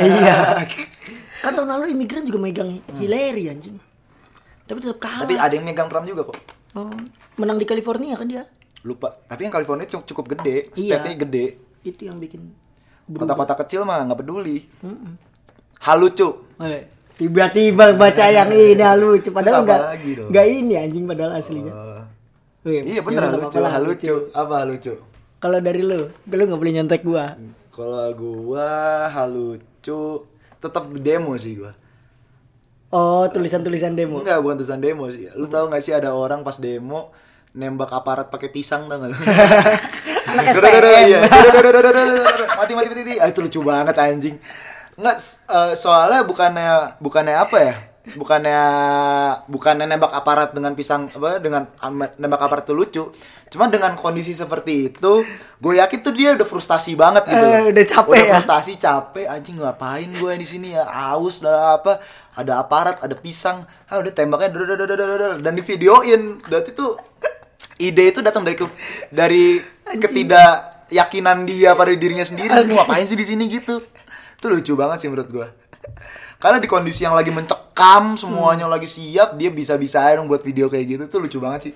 kan tahun lalu imigran juga megang Hillary anjing tapi tetap kalah Tapi ada yang megang Trump juga kok. Oh, menang di California kan dia Lupa. Tapi yang California cukup, cukup gede, Iya. state-nya gede. itu yang bikin Kota-kota kecil mah nggak peduli. Hal lucu. Eh, tiba-tiba baca yang ini ah, lucu Terus apa padahal enggak Eh, lagi dong? Oh. enggak ini anjing padahal aslinya. Wih, Iya ya bener hal udah, nggak lucu, apa-apa lah, hal lucu. Apa hal lucu? Kalau dari lu, lu nggak boleh nyontek gua. Hmm. Kalau gua hal lucu tetap demo sih gua. Oh, tulisan-tulisan demo. Enggak, bukan tulisan demo sih. Lu tahu nggak sih ada orang pas demo nembak aparat pakai pisang tau gak lu? Anak Dodo, dodo, STM. iya. Dodo, dodo, dodo, dodo, dodo, dodo. Mati mati mati. mati. Ah, itu lucu banget anjing. Enggak s- eh, soalnya bukannya bukannya apa ya? Bukannya bukannya nembak aparat dengan pisang apa dengan am- nembak aparat itu lucu. Cuma dengan kondisi seperti itu, gue yakin tuh dia udah frustasi banget gitu. Eh, udah capek udah ya? frustasi, capek anjing ngapain gue di sini ya? Aus lah apa? Ada aparat, ada pisang. Ah, udah tembaknya dodo, dodo, dodo, dodo, dodo. dan di videoin. Berarti tuh ide itu datang dari ke, dari ketidakyakinan dia pada dirinya sendiri Lu ngapain sih di sini gitu itu lucu banget sih menurut gua karena di kondisi yang lagi mencekam Hmm. semuanya lagi siap dia bisa bisa aja dong buat video kayak gitu tuh lucu banget sih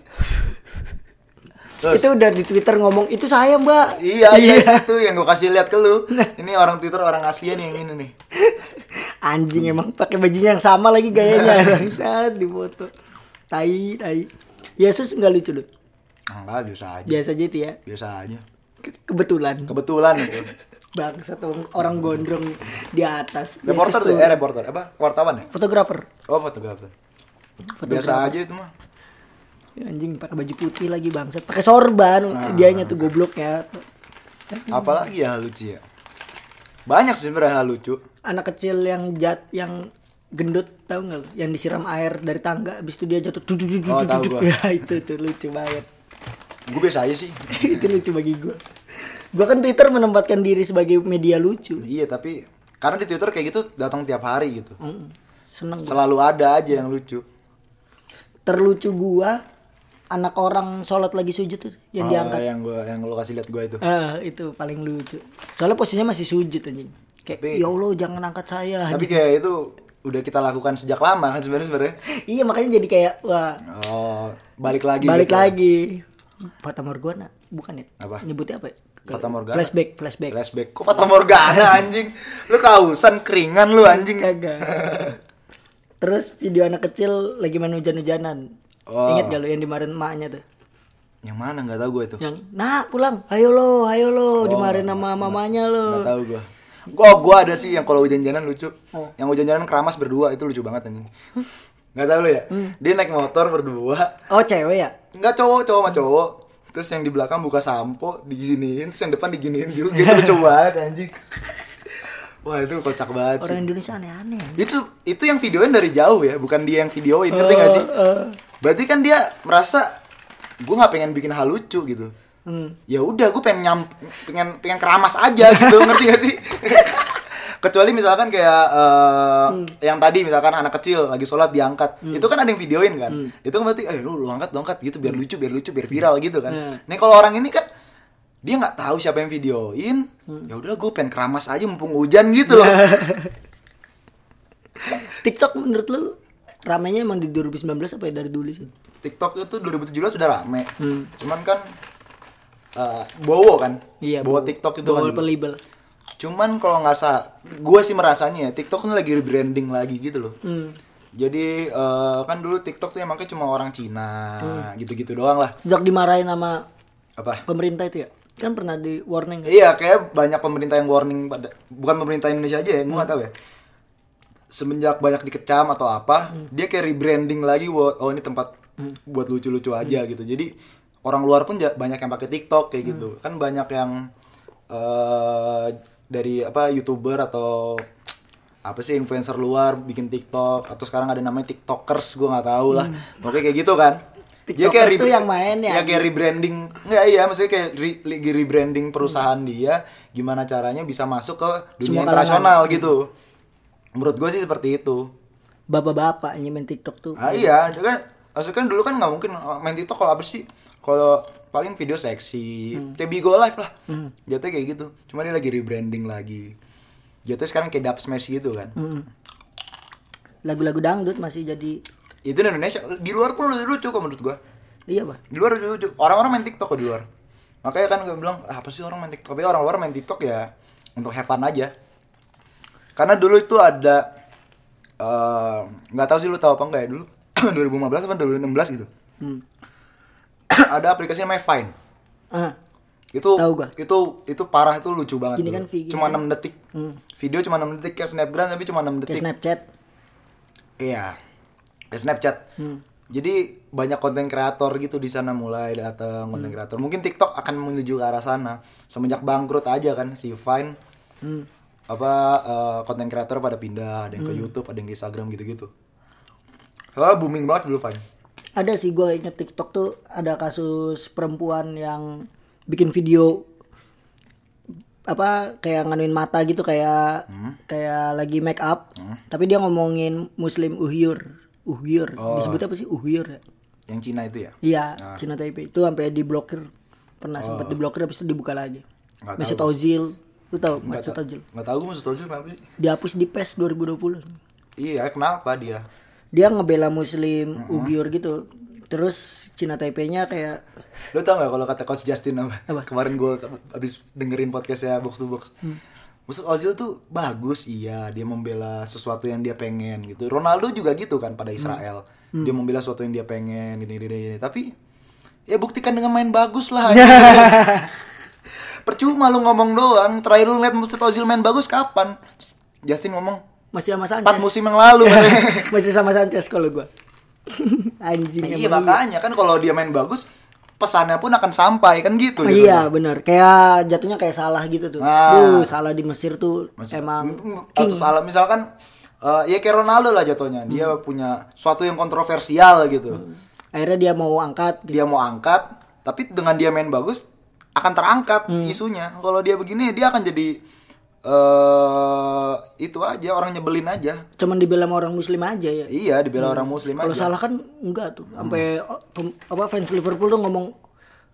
Terus? Itu udah di Twitter ngomong itu saya mbak. Iya, iya, itu yang gue kasih lihat ke lu. Nah. Ini orang Twitter orang aslian yang ini nih. Anjing emang pakai bajunya yang sama lagi gayanya bangsat di foto. Tai tai. Yesus nggak lucu lu. Ah, Enggak, biasa aja. Biasa aja itu ya. Biasa aja. Ke- Kebetulan. Kebetulan itu. Bangsat orang- orang gondrong di atas. Reporter tuh, Yesus eh reporter, apa? Wartawan ya? Fotografer. Oh, fotografer. Biasa aja itu mah. Ya, Anjing pakai baju putih lagi bangsat. Pakai sorban Ah. dianya tuh goblok ya. Apalagi ya hal lucu ya? Banyak sih sebenarnya hal lucu. Anak kecil yang jat yang gendut tahu nggak lu? yang disiram air dari tangga habis itu dia jatuh tuh tuh tuh tuh, Oh, tuh, tahu tuh. gua. ya itu tuh lucu banget Gue biasa aja sih. itu lucu bagi gua gua kan Twitter menempatkan diri sebagai media lucu Iya, tapi karena di Twitter kayak gitu datang tiap hari gitu. Mm, seneng gua. Selalu ada aja yang lucu. terlucu gua anak orang sholat lagi sujud tuh Oh, yang diangkat yang gua yang lo kasih lihat gua itu. Ah, itu paling lucu soalnya posisinya masih sujud anjing kayak Tapi- ya Allah jangan angkat saya Tapi kayak itu udah kita lakukan sejak lama kan sebenarnya sebenarnya. iya makanya jadi kayak wah Oh, balik lagi. balik gitu. lagi Fata Morgana bukan ya Apa? nyebutnya apa ya? Fata Morgana. flashback flashback Flashback. Kok Fata Morgana anjing? Lu kausan keringan lu anjing. kagak terus video anak kecil lagi main hujan-hujanan Oh. ingat gak lo yang dimarahin emaknya tuh Yang mana nggak tahu gua itu. yang nah pulang ayo lo ayo lo dimarahin sama mamanya Oh. lo Nggak tahu gua. Gua gua ada sih yang kalau hujan-hujanan lucu. Oh. Yang hujan-hujanan keramas berdua itu lucu banget anjing. Nggak tahu lu ya? Hmm. Dia naik motor berdua. oh cewek ya Enggak cowok, cowok sama cowok. Terus yang di belakang buka sampo, diginiin, terus yang depan diginiin juga gitu lucu banget anjing. Wah, itu kocak banget sih. orang Indonesia aneh-aneh Itu itu yang videoin dari jauh ya, bukan dia yang videoin, ngerti gak sih? Berarti kan dia merasa gue nggak pengen bikin hal lucu gitu. Ya udah, gue pengen nyam, pengen pengen keramas aja gitu, ngerti gak sih? Kecuali misalkan kayak eh, yang tadi misalkan anak kecil lagi sholat diangkat, itu kan ada yang videoin kan? Itu kan berarti, eh lu, lu angkat, lu angkat gitu biar lucu, biar lucu, biar viral gitu kan? Nih kalau orang ini kan dia nggak tahu siapa yang videoin, ya udah gue pengen keramas aja mumpung hujan gitu loh. TikTok menurut lu ramenya emang di 2019 apa ya dari dulu sih TikTok itu 2017 sudah rame. Cuman kan eh, bowo kan. bowo, TikTok itu kan. bawa dulu. Iya, label Cuman kalau nggak salah, gue sih merasanya ya, TikTok ini lagi rebranding lagi gitu loh. Hmm. Jadi eh, kan dulu TikTok tuh yang pakai cuma orang Cina, gitu-gitu doang lah. sejak dimarahin sama Apa? pemerintah itu ya kan pernah di warning Iya, kayak banyak pemerintah yang warning pada bukan pemerintah Indonesia aja ya, gue nggak Hmm. tahu ya. Semenjak banyak dikecam atau apa, Hmm. dia kayak rebranding lagi buat oh ini tempat buat lucu-lucu Hmm. aja gitu. Jadi orang luar pun ja- banyak yang pakai TikTok kayak Hmm. gitu. Kan banyak yang eh dari apa YouTuber atau apa sih influencer luar bikin TikTok atau sekarang ada namanya TikTokers gue nggak tahu lah. Oke kayak gitu kan. Hmm. TikTokers tuh rebra- yang main ya, Iya, kayak rebranding nggak iya maksudnya kayak re- lagi rebranding perusahaan dia gimana caranya bisa masuk ke dunia Semua kalangan. internasional gitu menurut gue sih seperti itu bapak-bapak nyemen TikTok tuh ah iya kan maksudnya kan dulu kan nggak mungkin main TikTok kalau apa sih kalau paling video seksi Hmm. kayak Bigo Live lah jatuhnya kayak gitu cuma dia lagi rebranding lagi jatuhnya sekarang kayak dub smash gitu kan Hmm. lagu-lagu dangdut masih jadi itu di Indonesia di luar pun lucu kok menurut gue iya pak di luar lucu orang-orang main TikTok kok di luar makanya kan gue bilang "Ah, apa sih orang main TikTok tapi orang luar main TikTok ya untuk have fun aja karena dulu itu ada eh, nggak tahu sih lu tahu apa enggak ya dulu 2015 apa 2016 gitu Hmm. ada aplikasi namanya Vine ah itu Tahu gua. itu itu parah itu lucu banget Gini dulu. kan, Vi, gini cuma kan. 6 detik video cuma 6 detik kayak snapgram tapi cuma 6 kayak detik Snapchat Iya. Di Snapchat. Hmm. Jadi banyak konten kreator gitu di sana mulai datang konten Hmm. kreator. Mungkin TikTok akan menuju ke arah sana semenjak bangkrut aja kan si Vine. Hmm. Apa eh, konten kreator pada pindah, ada yang ke YouTube, ada yang ke Instagram gitu-gitu. Soalnya booming banget dulu Vine. ada sih gue inget TikTok tuh ada kasus perempuan yang bikin video apa kayak nganuin mata gitu kayak kayak lagi make up tapi dia ngomongin muslim uhyur uhyur disebut apa sih uhyur ya Yang Cina itu ya. iya Cina Taipei itu sampai diblokir pernah sempat diblokir habis itu dibuka lagi Oh. Nggak Mesut Ozil lu tau Mesut Ozil Nggak tahu gue maksud Ozil kenapa sih? dihapus di PES 2020 Iya, kenapa dia? Mm-hmm. dia ngebela muslim ugyur gitu terus Cina Taipei-nya kayak Lu tau gak kalau kata Coach Justin apa? Apa? Hmm. Kemarin gue abis dengerin podcastnya Box to Box. Maksud Ozil tuh bagus, iya. Dia membela sesuatu yang dia pengen gitu. Ronaldo juga gitu kan Hmm. pada Israel. Dia membela sesuatu yang dia pengen, gini, gini, gini. Tapi ya buktikan dengan main bagus lah. Percuma lu ngomong doang. Terakhir lu liat Mesut Ozil main bagus kapan? Terus Justin ngomong masih sama Sanchez. empat musim yang lalu. masih sama Sanchez kalau gua. Anjing iya emang makanya kan kalau dia main bagus pesannya pun akan sampai kan gitu. gitu. Iya benar. Kayak jatuhnya kayak salah gitu tuh. Ah. Duh, salah di Mesir tuh emang atau salah misalkan eh, ya kayak Ronaldo lah Hmm. jatuhnya dia punya suatu yang kontroversial gitu akhirnya dia mau angkat gitu. dia mau angkat tapi dengan dia main bagus akan terangkat Hmm. isunya kalau dia begini dia akan jadi eh itu aja orang nyebelin aja cuman dibela sama orang muslim aja ya. iya dibela orang muslim Kalau aja salah kan enggak tuh. Sampai oh, pem- apa fans Liverpool tuh ngomong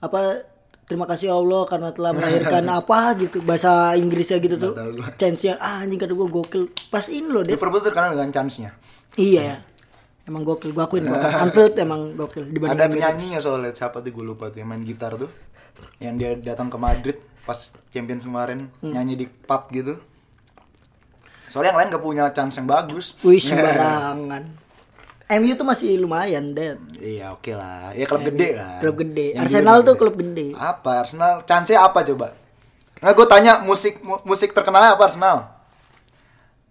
apa terima kasih Allah karena telah melahirkan apa gitu bahasa Inggrisnya gitu tuh. tahu gua. Chance-nya ah, anjing kata gua gokil. Pas ini loh deh. Liverpool terkenal dengan chance-nya Iya ya. Emang gokil gua akuin gua. Anfield emang gokil dibanding ada penyanyinya soalnya siapa tuh gue lupa tuh yang main gitar tuh yang dia datang ke Madrid pas Champions kemarin Hmm. nyanyi di pub gitu soalnya yang lain gak punya chance yang bagus Wih sembarangan. MU tuh masih lumayan deh. iya oke lah ya klub gede kan iya. Klub gede. Yang Arsenal dulu tuh klub gede. apa Arsenal chance nya apa coba nggak gue tanya musik mu- musik terkenalnya apa Arsenal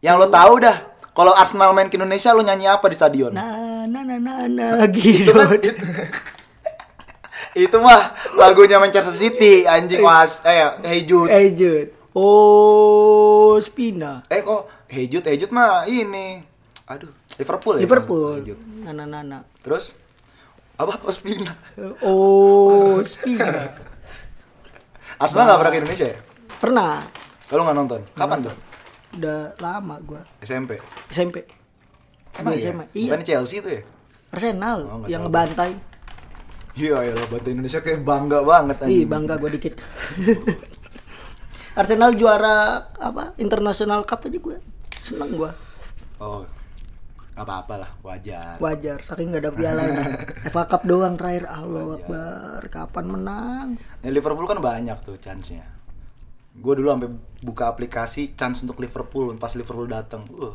yang lo tahu dah kalau Arsenal main ke Indonesia lo nyanyi apa di stadion Nah, nah, nah, nah, nah gitu. kan itu mah lagunya Manchester City anjing was eh Hey Jude Iya. Eh, Jud. Oh, Spina. Eh kok Hejut Hejut mah ini. Aduh, Liverpool ya. Liverpool. Hey Jude. Nah, nah, nah, nah. Terus apa Ospina? Oh, ya? Spina. Arsenal nggak pernah ke Indonesia ya? Pernah. Kalau nggak nonton. Kapan tuh? Udah lama gua. SMP. SMP. Emang Gua iya? SMA. Iya. Bukan Chelsea tuh ya? Arsenal Oh, nggak yang tahu. ngebantai. Iya ya lah, bantai Indonesia kayak bangga banget Ih, anjing. Iya, bangga gua dikit. Arsenal juara apa? International Cup aja gua. Seneng gua. Oh. Gak apa-apa lah, wajar. Wajar, saking gak ada piala. FA Cup doang terakhir. Allah Akbar. Kapan menang? Ya, Liverpool kan banyak tuh chance-nya. Gue dulu sampai buka aplikasi chance untuk Liverpool pas Liverpool datang. Uh,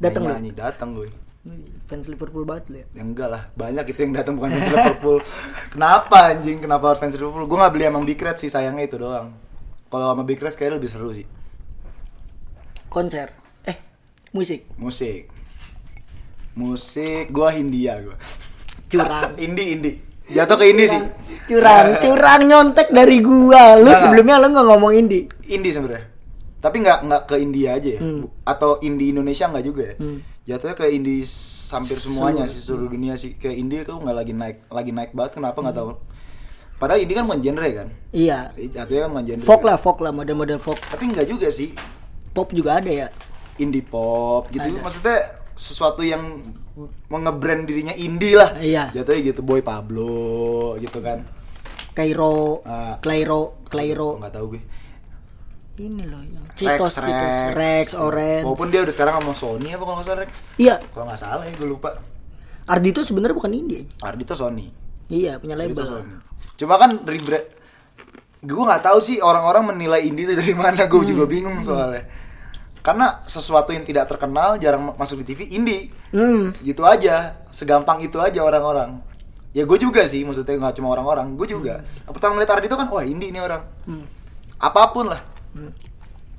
Dateng lu? nyanyi datang gue. Fans Liverpool banget lu ya. Ya enggak lah, banyak itu yang datang bukan fans Liverpool. Kenapa anjing? Kenapa fans Liverpool? Gue nggak beli emang Big Red sih, sayangnya itu doang. Kalau sama Big Red kayaknya lebih seru sih. Konser. Eh, musik. Musik. Musik, gua Hindia gua. Curang. Indie, indie. Jatuh ke indie sih. Eh. curang, curang nyontek dari gua. Lu Nggak, sebelumnya lu nggak ngomong indie. Indie sebenarnya. Tapi nggak nggak ke India aja ya. Hmm. Bu- Atau indie Indonesia nggak juga ya. Jatuhnya ke indie s- hampir semuanya sih seluruh dunia sih. Ke indie tuh nggak lagi naik lagi naik banget kenapa nggak Hmm. tahu. Padahal indie kan bukan genre kan. Iya. Jatuhnya kan bukan genre. Folk lah, folk lah, model-model folk. Tapi nggak juga sih. Pop juga ada ya. indie pop gitu maksudnya sesuatu yang mengebrand dirinya indie lah Iya. jatuhnya gitu boy Pablo gitu kan Cairo, Ah. Clairo, Clairo. nggak tahu gue Ini loh yang Rex Citos, Citos, Rex, Orange. maupun dia udah sekarang sama Sony apa kalau nggak salah Rex Iya, kalau nggak salah ya gue lupa Ardito sebenarnya bukan indie. Ardito Sony Iya, punya Ardito label. Sony cuma kan rebrand gue nggak tahu sih orang-orang menilai indie itu dari mana gue juga bingung soalnya karena sesuatu yang tidak terkenal jarang ma- masuk di TV indie Hmm. gitu aja segampang itu aja orang-orang ya gue juga sih maksudnya nggak cuma orang-orang gue juga pertama ngeliat Ardito kan wah indie nih orang apapun lah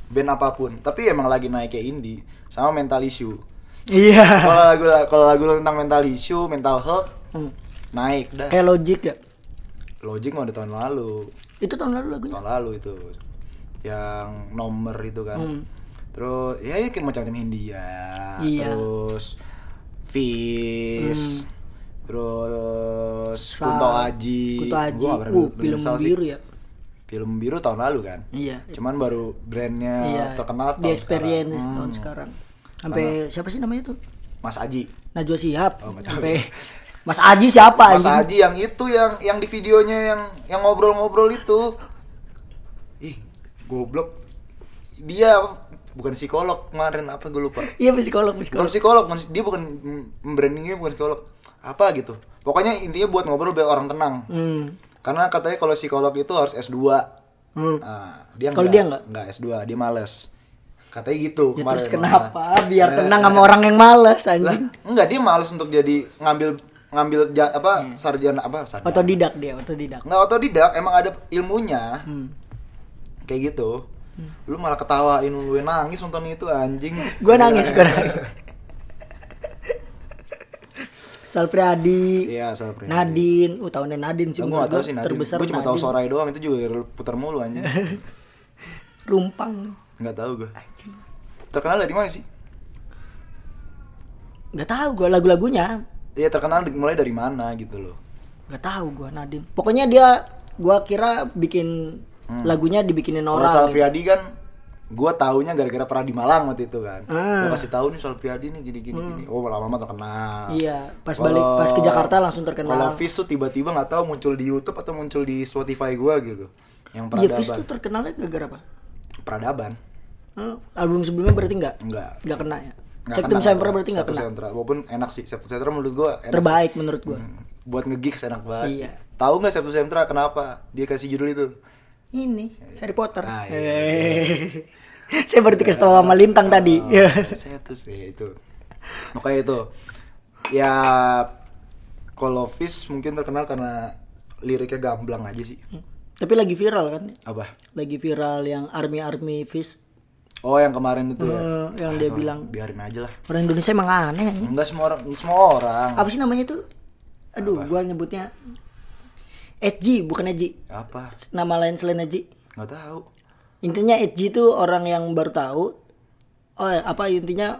band apapun tapi emang lagi naik kayak indie sama mental issue Iya. kalau lagu kalau lagu tentang mental issue mental health Hmm. naik dah Kayak Logic ya. Logic mah udah tahun lalu Itu tahun lalu lagunya. tahun lalu itu yang nomor itu kan Hmm. terus ya, ya kayak macam-macam India Iya. Hmm. terus Fish terus Sal- Kunto Aji Kunto Aji. Gua nggak pernah Uh, denger film Sal sih. biru ya. film biru tahun lalu kan Iya. cuman baru brandnya iya. Eh, terkenal tahun di experience sekarang. tahun sekarang. Sampai siapa sih namanya tuh? Hmm, Mas Aji Najwa Shihab. Oh, nggak tahu. Sampai Mas Aji siapa Mas anjing? Aji yang itu yang yang di videonya yang yang ngobrol-ngobrol itu ih goblok dia bukan psikolog kemarin apa gue lupa Iya psikolog, bukan psikolog. psikolog bukan- dia bukan mm, brandingnya bukan psikolog apa gitu Pokoknya intinya buat ngobrol biar orang tenang. Hmm. Karena katanya kalau psikolog itu harus S2. Hmm. Nah, dia Kalau enggak, dia enggak? S2, dia males. Katanya gitu Ya, kemarin. terus makanya. kenapa? Biar tenang sama orang yang malas Lah, anjing. enggak dia males untuk jadi ngambil ngambil ja- apa sarjana apa sarjana. Hmm. Otodidak dia, otodidak. Hmm. Nggak Nah, otodidak, emang ada ilmunya. Kayak gitu. Lu malah ketawain lu nangis nonton itu anjing. Gua nangis, gua nangis. Sal Priadi, Iya, asal Priyadi. Nadine, uh tahunnya Nadine sih Gue menurut gak tau gua sih Nadine terbesar Gue cuma tau Nadine. Sorai doang Itu juga puter mulu anjing Rumpang. Gak tau gue Terkenal dari mana sih? Gak tahu gua lagu-lagunya. Iya terkenal di- mulai dari mana gitu loh Gak tahu gua Nadine. Pokoknya dia gua kira bikin Hmm. lagunya dibikinin Kalau orang. Sal gitu. Priadi kan Gue taunya gara-gara pernah di Malang waktu itu kan Ah. Hmm. Gue kasih tau nih Sal Priadi nih gini-gini gini. Oh lama-lama terkenal Iya, pas Nah, Kalau- balik pas ke Jakarta langsung terkenal. Kalau Fis tuh tiba-tiba gak tahu muncul di Youtube atau muncul di Spotify gue gitu Yang Iya, peradaban Fis tuh terkenalnya gara-gara apa? Peradaban Hah? Album sebelumnya berarti enggak? Enggak Enggak kena ya. Nggak Septum kena, Sempra nggak berarti enggak Septum kena. Sentra. Walaupun enak sih Septum Sentra menurut gue enak Terbaik menurut gua. Hmm. buat ngegigs enak banget. Iya. sih. Tahu nggak Septu Sentra kenapa dia kasih judul itu? Ini Harry Potter. Ah, iya. Ah. Hehehe. Saya baru dikasih tahu sama Lintang tadi. Oh, Iya. Septu ya itu. Makanya itu. Ya kalau Fish mungkin terkenal karena liriknya gamblang aja sih. Hmm. Tapi lagi viral kan? Apa? Lagi viral yang Army Army Fish Oh yang kemarin itu ya. eh, yang dia bilang Biarin aja lah. orang Indonesia emang aneh. anjing." Enggak semua orang, semua orang. Apa sih namanya tuh? Aduh, gua nyebutnya Edgy bukan Edgy. Apa? Nama lain selain Edgy. Nggak tahu. Intinya Edgy itu orang yang baru tahu. Oh, apa intinya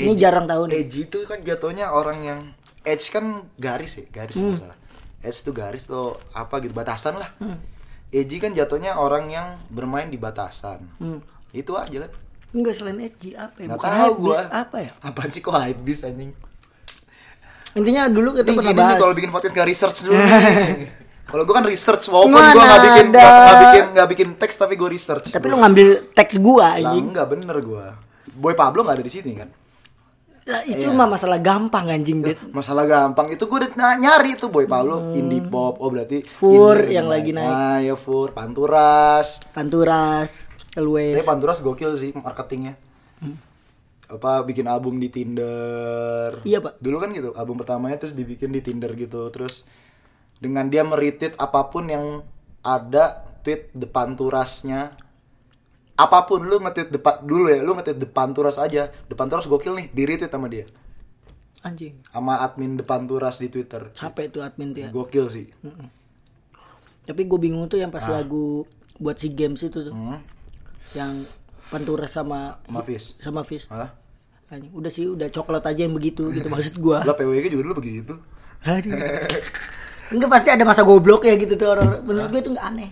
ini Edgy- jarang tahu nih. Edge itu kan jatuhnya orang yang edge kan garis ya, garis kalau Hmm. nggak salah. Edge itu garis atau apa gitu batasan lah. Hmm. Edgy kan jatuhnya orang yang bermain di batasan. Itu aja kan. Enggak selain edgy apa ya? Nggak Hmm. Bukan tahu hypebeast, gua. apa ya? Apaan sih kok hype bis anjing? Intinya dulu kita Nih pernah gini nih bahas. kalau bikin podcast gak research dulu nih. Kalau gue kan research walaupun gue Mana gak bikin ada. nggak nggak bikin nggak bikin teks tapi gue research. Tapi lu ngambil teks gua Lah, anjing. enggak bener gue. Boy Pablo gak ada di sini kan? Lah, itu iya. mah masalah gampang anjing, Dit. masalah gampang itu gue udah na- nyari tuh boy Pablo indie pop oh berarti Hmm. Fur indie yang lagi naik. ah ya Fur Panturas Panturas, Elwes. tapi Panturas gokil sih marketingnya Hmm. apa bikin album di Tinder Iya, Pak. dulu kan gitu album pertamanya terus dibikin di Tinder gitu terus dengan dia meretweet apapun yang ada tweet depan turasnya apapun lu nge-tweet depan dulu ya lu nge-tweet depan turas aja depan turas gokil nih di retweet sama dia Anjing. sama admin depan turas di Twitter Capek tuh admin tuh ya. Gokil sih. Tapi gue bingung tuh yang pas lagu buat si games itu tuh. Ah. Hmm. Yang Panturas sama Mafis. sama Fis. Hah? Anjing, udah sih udah coklat aja yang begitu gitu maksud gua. Lah PWG juga dulu begitu. Aduh. Enggak pasti ada masa goblok ya gitu tuh orang. Menurut gue itu enggak aneh.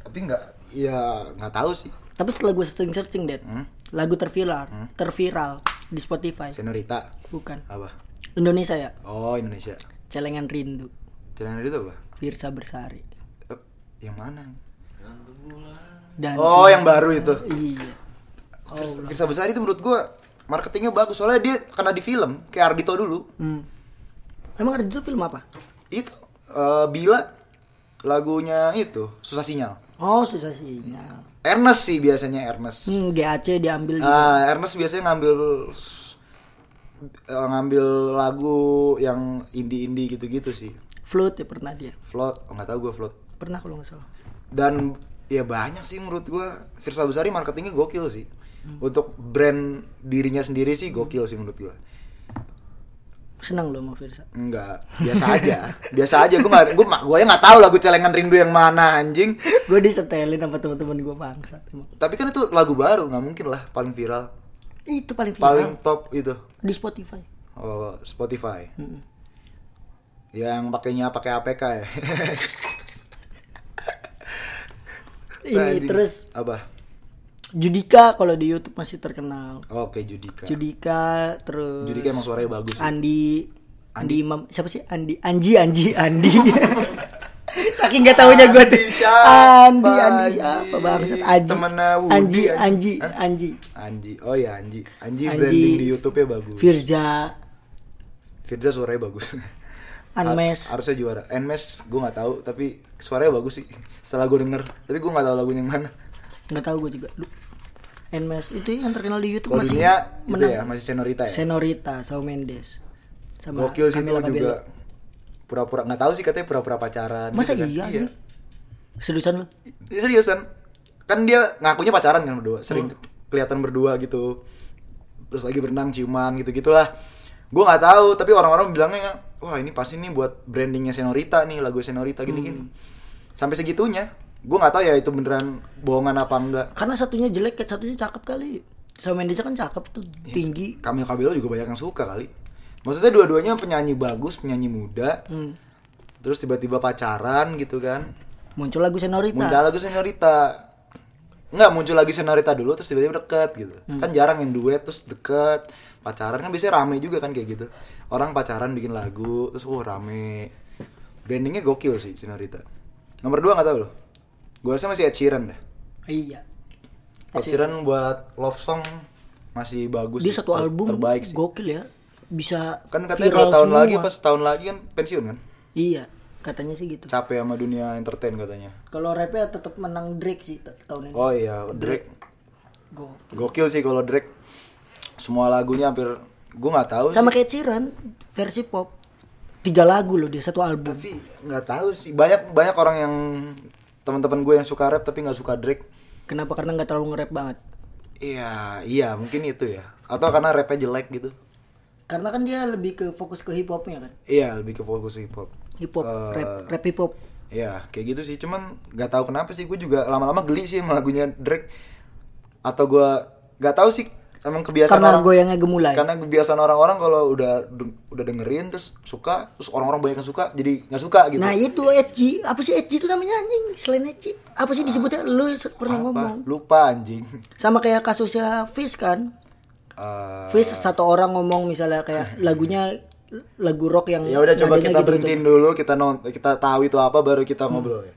Tapi nggak, ya nggak tahu sih. Tapi setelah gue sering searching, Dad, Hmm? lagu terviral, terviral di Spotify. Senorita Bukan. apa? Indonesia ya, Oh Indonesia. Celengan Rindu, Channel itu apa? Firsa Bersari. Eh, Yang mana? Dan Oh yang baru itu. iya. Firsa Besari itu menurut gua marketingnya bagus soalnya dia kena di film kayak Ardito dulu. Hmm. Emang ada itu film apa? Itu eh, Bila lagunya itu susah sinyal. Oh, susah sinyal. Ernest sih biasanya Ernest. Hmm, GAC diambil juga. Ah, Ernest biasanya ngambil eh, ngambil lagu yang indie-indie gitu-gitu sih. Float ya pernah dia. Float, oh, nggak tahu gue float. Pernah kalau nggak salah. Dan ya banyak sih menurut gua Firsa Besari marketingnya gokil sih. Untuk brand dirinya sendiri sih gokil sih menurut gua Senang loh sama Firsa. Enggak, biasa aja. biasa aja gua nggak gua gua ya nggak tahu lagu celengan rindu yang mana anjing. gue disetelin sama teman-teman gue bangsa. emang. Tapi kan itu lagu baru, nggak mungkin lah paling viral. Itu paling viral Paling top itu di Spotify. oh, Spotify. Yang pakainya pakai APK ya. Ini Anjing. Iya, terus apa? Judika kalau di YouTube masih terkenal. Oh, Oke, Judika. Judika terus Judika emang suaranya bagus. sih. Andi Andi Imam siapa sih Andi Anji Anji Andi saking gak taunya gue tuh Andi siapa, Andi Andi siapa Anji? bangsat Anji Temennya Woody, Anji Anji. Anji Anji Anji. Oh ya Anji. Anji, Anji. branding di YouTube-nya bagus. Firja Firza suaranya bagus. Unmesh. Har- harusnya juara. Unmesh gue nggak tahu tapi suaranya bagus sih. Setelah gue denger, tapi gue nggak tahu lagunya yang mana. nggak tahu gue juga Duh. Enmes itu yang terkenal di YouTube Kalau masih dunia itu menang. ya masih Senorita ya. Senorita Shawn Mendes sama Gokil sih itu Camila Cabello. juga pura-pura nggak tahu sih katanya pura-pura pacaran. masa gitu kan. iya, iya. seriusan lu Iya, seriusan kan dia ngakunya pacaran kan berdua sering kelihatan berdua gitu terus lagi berenang ciuman gitu gitulah gue nggak tahu tapi orang-orang bilangnya wah ini pasti nih buat brandingnya senorita nih lagu senorita gini-gini sampai segitunya gue nggak tahu ya itu beneran bohongan apa enggak karena satunya jelek satunya cakep kali Shawn Mendes kan cakep tuh tinggi Camila Cabello juga banyak yang suka kali maksudnya dua-duanya penyanyi bagus penyanyi muda Hmm. terus tiba-tiba pacaran gitu kan muncul lagu Senorita muncul lagu senorita nggak muncul lagi senorita dulu terus tiba-tiba deket gitu Hmm. kan jarang yang duet terus deket pacaran kan biasanya rame juga kan kayak gitu orang pacaran bikin lagu terus wah rame brandingnya gokil sih senorita nomor dua nggak tahu loh gue rasa masih Ed Sheeran deh iya Ed Sheeran buat love song masih bagus dia sih, satu ter- album terbaik sih gokil ya bisa kan katanya dua viral tahun semua. lagi pas tahun lagi kan pensiun kan iya katanya sih gitu capek sama dunia entertain katanya kalau rapnya tetap menang Drake sih t- tahun ini oh iya Drake Go. Gokil sih kalau Drake semua lagunya hampir gue nggak tahu sama sih. kayak Ciran versi pop tiga lagu loh dia satu album tapi nggak tahu sih banyak banyak orang yang teman-teman gue yang suka rap tapi nggak suka Drake kenapa karena nggak terlalu nge-rap banget iya iya mungkin itu ya atau karena rapnya jelek gitu karena kan dia lebih ke fokus ke hip hopnya kan iya lebih ke fokus hip hop hip Eh, hop rap rap hip hop Iya kayak gitu sih cuman nggak tahu kenapa sih gue juga lama-lama geli sih sama lagunya Drake atau gue nggak tahu sih emang kebiasaan karena ya orang kan goyangnya gemulai karena kebiasaan orang-orang kalau udah udah dengerin terus suka terus orang-orang banyak yang suka jadi nggak suka gitu nah itu Edgy apa sih Edgy itu namanya anjing selain Edgy apa sih disebutnya lu se- pernah ngomong Apa? lupa anjing sama kayak kasusnya Fish kan Eh, Fish satu orang ngomong misalnya kayak lagunya lagu rock yang ya udah coba kita nadanya gitu-gitu. berhentiin dulu kita non kita tahu itu apa baru kita Hmm. ngobrol ya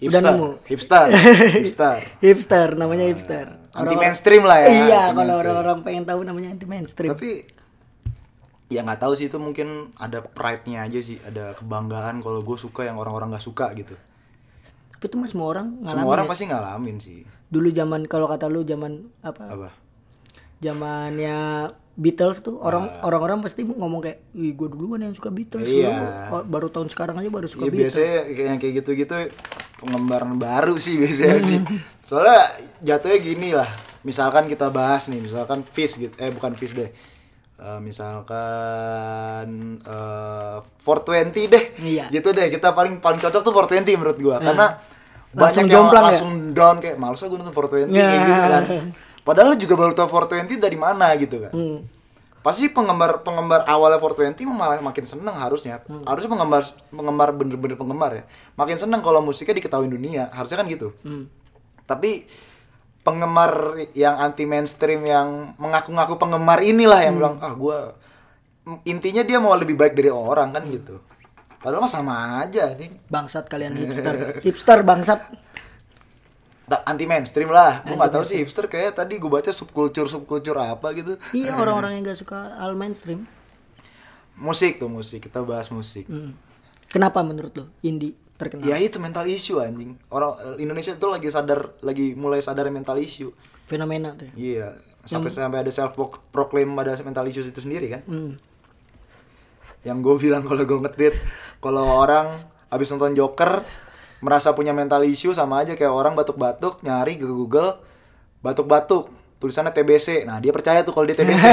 Hipster, nemu. hipster, hipster. Ah. hipster namanya hipster Anti mainstream lah ya. iya anti kalau mainstream. orang-orang pengen tahu namanya anti mainstream Tapi ya nggak tahu sih itu mungkin ada pride-nya aja sih, ada kebanggaan kalau gue suka yang orang-orang nggak suka gitu. tapi itu mah semua orang ngalamin Semua orang ya. pasti ngalamin sih. dulu zaman kalau kata lu zaman apa Apa? zamannya Beatles tuh orang orang-orang pasti ngomong kayak wih gue duluan yang suka Beatles Ah. Iya. lu oh, baru tahun sekarang aja baru suka Iya Beatles biasanya kayak yang kayak gitu-gitu pengembaraan baru sih biasanya sih. Soalnya jatuhnya gini lah. Misalkan kita bahas nih, misalkan fish gitu, eh bukan fish deh. Eh, misalkan eh 420 deh. Iya. Gitu deh. Kita paling paling cocok tuh 420 menurut gua karena Langsung banyak yang jomplang ya? langsung down kayak males lah gua nonton 420 kayak Nah. gitu kan. Padahal lu juga baru tau 420 dari mana gitu Iya. kan. Hmm, Pasti penggemar penggemar awalnya 420 malah makin seneng harusnya. Harusnya penggemar penggemar bener-bener penggemar ya. Makin seneng kalau musiknya diketahui dunia, harusnya kan gitu. Tapi penggemar yang anti mainstream yang mengaku-ngaku penggemar inilah yang bilang ah gua intinya dia mau lebih baik dari orang kan gitu. Padahal mah sama aja nih. bangsat kalian hipster hipster bangsat anti mainstream lah. Gua nggak tahu sih hipster kayak tadi gua baca subkultur subkultur apa gitu. iya orang-orang yang gak suka all mainstream musik tuh musik kita bahas musik Hmm. kenapa menurut lu indie terkenal ya itu mental issue anjing orang Indonesia tuh lagi sadar lagi mulai sadar mental issue fenomena tuh ya. iya sampai sampai ada self proclaim pada mental issue itu sendiri kan Hmm. yang gue bilang kalau gue ngedit kalau orang abis nonton Joker merasa punya mental issue sama aja kayak orang batuk-batuk nyari ke Google batuk-batuk tulisannya TBC nah dia percaya tuh kalau dia TBC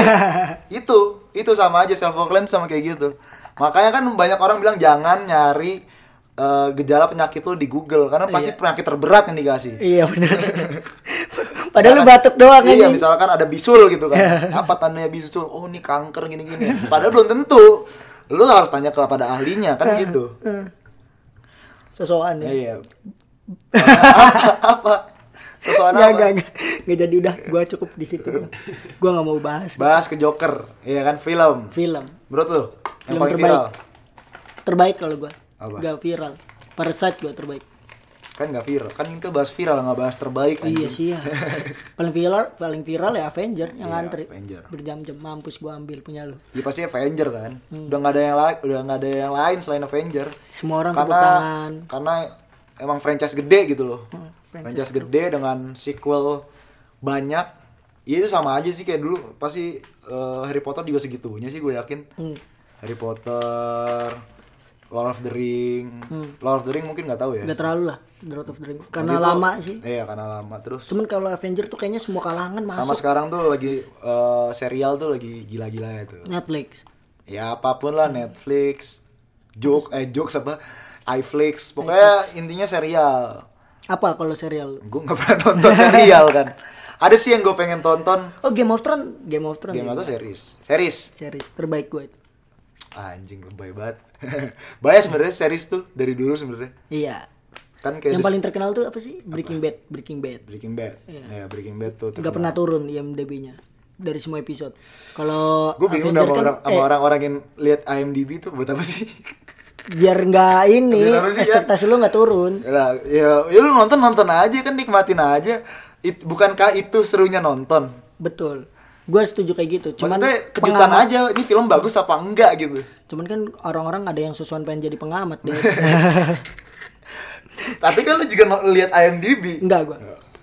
itu itu sama aja self proclaim sama kayak gitu makanya kan banyak orang bilang jangan nyari eh, gejala penyakit lo di Google karena pasti penyakit terberat yang dikasih iya benar padahal lu Misalkan- batuk doang iya anjing. Iya. misalkan ada bisul gitu kan apa tandanya bisul oh ini kanker gini gini padahal belum tentu lu harus tanya kepada ahlinya Iya. kan gitu sosokan ya ya iya apa apa sosokan Nggak, nggak, apa nggak. Nggak jadi udah gua cukup di situ gua nggak mau bahas bahas ke Joker iya kan film film menurut lu yang Film paling terbaik. viral terbaik kalau gua Apa? gak viral Parasite gua terbaik kan nggak viral kan kita bahas viral nggak bahas terbaik anjing. Iya sih ya. paling viral paling viral ya Avenger yang Iya, ngantri Avenger. berjam-jam mampus gua ambil punya lu. Iya pasti Avenger kan. Hmm. Udah nggak ada yang lain, udah nggak ada yang lain selain Avenger. Semua orang karena tepuk tangan. Hmm, karena emang franchise gede gitu loh. franchise franchise, gede dengan sequel banyak. Iya itu sama aja sih kayak dulu pasti eh, Harry Potter juga segitunya sih gue yakin. Hmm. Harry Potter, Lord of the Ring, Lord of the Ring mungkin nggak tahu ya. Gak terlalu lah The Lord of the Rings. Waktu Hmm. Karena itu- lama sih. Iya karena lama terus. Cuman kalau Avenger tuh kayaknya semua kalangan masuk Sama sekarang tuh lagi eh, serial tuh lagi gila-gila itu. Netflix. ya apapun lah Netflix joke eh jokes apa iFlix pokoknya intinya serial Apa kalau serial? gue nggak pernah nonton serial kan ada sih yang gue pengen tonton Oh Game of Thrones, Game of Thrones. game ya. atau series series Ah, Series terbaik gue itu. anjing lebay banget banyak sebenarnya series tuh dari dulu sebenarnya Iya. kan kayak yang The- paling terkenal tuh apa sih? Breaking Bad, Breaking Bad. Breaking Bad ya Breaking Bad tuh Gak Iya. pernah turun IMDb-nya dari semua episode. Kalau gue bingung dah sama Avenger kan, orang sama eh, orang-orang yang lihat IMDb tuh buat apa sih biar nggak ini Biar apa sih, ya? ekspektasi lu nggak turun. Lah, ya, ya lu nonton nonton aja kan nikmatin aja It, bukankah itu serunya nonton Betul. Gue setuju kayak gitu. Cuman Maksudnya kejutan pengamat- aja ini film bagus apa enggak gitu. Cuman kan orang-orang ada yang susuan pengen jadi pengamat deh. Tapi kan lu juga no- lihat IMDb. Enggak gue.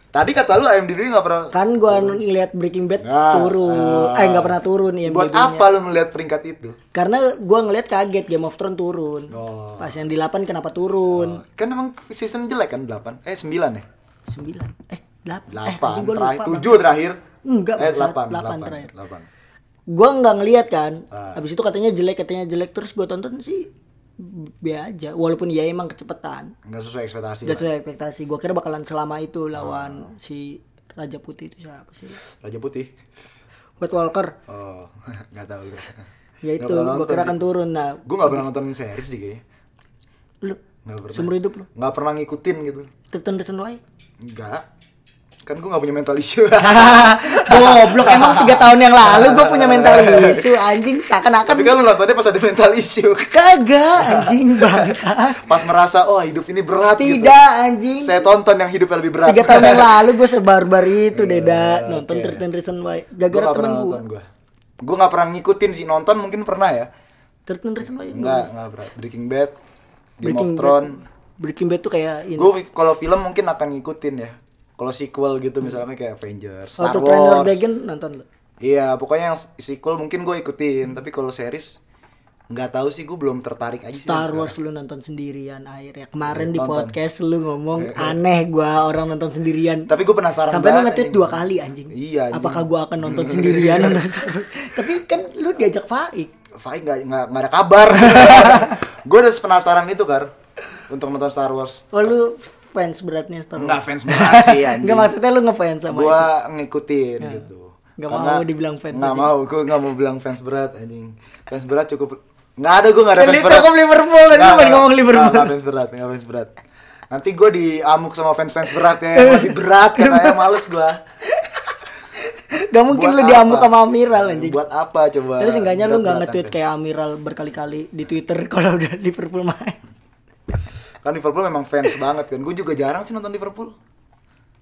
Tadi kata lu IMDb nggak pernah Kan gue ngeliat Breaking Bad Nggak, turun. ah. Eh nggak pernah turun IMDb-nya. Buat apa lu ngeliat peringkat itu? Karena gue ngeliat kaget Game of Thrones turun. Oh. Pas yang di 8 kenapa turun? Kan emang season jelek kan 8. Eh 9 ya? 9. Eh 8. 8 eh, anjing gua lupa, terakhir Bang. 7 terakhir. Enggak, eh bangsat. 8, 8, Delapan 8 terakhir. gua nggak ngeliat kan Ah. habis itu katanya jelek katanya jelek terus gua tonton sih be aja walaupun ya emang kecepatan Enggak sesuai ekspektasi. gak lah. sesuai ekspektasi gua kira bakalan selama itu Ah. lawan si Raja Putih itu siapa sih Raja Putih. White Walker Oh, enggak tahu gue. ya itu gua kira akan turun nah Gue enggak pernah nonton series sih kayaknya. lu Nggak pernah. seumur hidup lu Enggak pernah ngikutin gitu. Titan Reason Why Enggak. kan gue gak punya mental issue Goblok emang tiga tahun yang lalu gue punya mental isu anjing seakan-akan tapi kan lu nontonnya pas ada mental issue kagak anjing bangsa. pas merasa oh hidup ini berat gitu Tidak anjing. saya tonton yang hidupnya lebih berat Tiga tahun yang lalu gue sebarbar itu Iya, Deda nonton Thirteen Reason Why. gue Gara-gara gak temen pernah gue. nonton gue gue gak pernah ngikutin sih nonton mungkin pernah ya Thirteen Reason Why. Enggak, enggak pernah. Breaking Bad, Game Breaking of Thrones. Bad- Breaking Bad tuh kayak ini. Gue kalau film mungkin akan ngikutin ya. Kalau sequel gitu misalnya kayak Avengers, Star Waktu Train Your Wars. Dragon nonton lu. Iya, pokoknya yang sequel mungkin gue ikutin, tapi kalau series nggak tahu sih gue belum tertarik aja sih. Iya, Star Wars lu nonton sendirian akhirnya. Kemarin di podcast lu ngomong aneh gua orang nonton sendirian. Tapi gue penasaran Sampai lu banget, nge-tweet anjing. dua kali anjing. Iya, anjing. Apakah gua akan nonton sendirian? Nonton sendirian. Tapi kan lu diajak Faik. Fai nggak nggak nggak ada kabar. gue udah penasaran itu kar untuk nonton Star Wars. Oh lu fans beratnya Star Wars. Nggak fans banget sih anjing. Enggak maksudnya lu ngefans sama gue ngikutin gitu Nggak Karena mau dibilang fans nggak aja. mau gue nggak mau bilang fans berat anjing fans berat cukup nggak ada gue nggak ada fans berat Liverpool kok Liverpool Nggak, tadi lu main nggak, ngomong nggak, Liverpool. nggak fans berat nggak fans berat nanti gue diamuk sama fans fans berat ya yang lebih berat katanya males gue Gak mungkin Buat lu diamuk apa? sama Amiral anjing. buat apa coba Tapi seenggaknya lu gak berat-beratan, nge-tweet fans. kayak Amiral berkali-kali di Twitter kalau udah Liverpool main. kan Liverpool memang fans banget kan gue juga jarang sih nonton Liverpool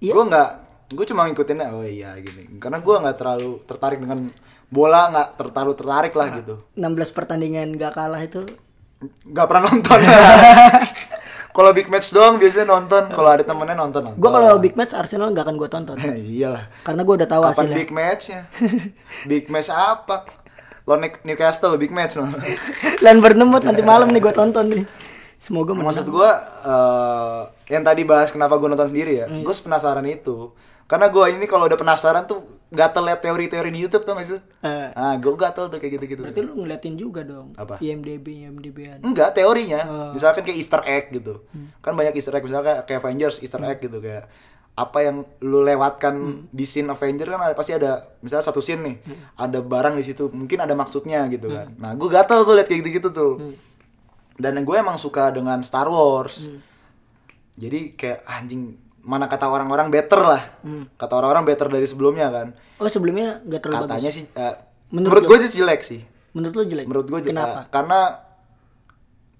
Iya. gue nggak gue cuma ngikutin oh iya gini karena gue nggak terlalu tertarik dengan bola nggak terlalu tertarik lah gitu 16 pertandingan gak kalah itu nggak pernah nonton kalau big match doang biasanya nonton kalau ada temennya nonton nonton Gue kalau big match Arsenal gak akan gue tonton iyalah Karena gue udah tahu kapan hasilnya big matchnya big match apa lo Nick- Newcastle big match lo Lawan Bournemouth nanti Iya. malam nih gue tonton nih Semoga menang maksud gue eh, yang tadi bahas kenapa gue nonton sendiri ya Hmm. gue penasaran itu karena gue ini kalau udah penasaran tuh gatel liat teori-teori di YouTube tuh gak sih lu? Eh. ah gue gatel tuh kayak gitu-gitu Berarti lu ngeliatin juga dong Apa? IMDB, IMDB-an Enggak, teorinya. Oh. Misalkan kayak easter egg gitu. Hmm. Kan banyak easter egg misalkan kayak Avengers easter egg gitu kayak apa yang lu lewatkan Hmm. di scene Avenger kan ada, pasti ada misalnya satu scene nih, Hmm. ada barang di situ, mungkin ada maksudnya gitu kan. Nah, gue gatel tuh liat kayak gitu-gitu tuh. Hmm. Dan gue emang suka dengan Star Wars. Hmm. Jadi kayak anjing mana kata orang-orang better lah. Kata orang-orang better dari sebelumnya kan. Oh sebelumnya gak Hmm. terlalu bagus Katanya sih eh, Menurut menurut, lu? gue aja jelek sih Menurut lu jelek? menurut Iya. gue Kenapa? karena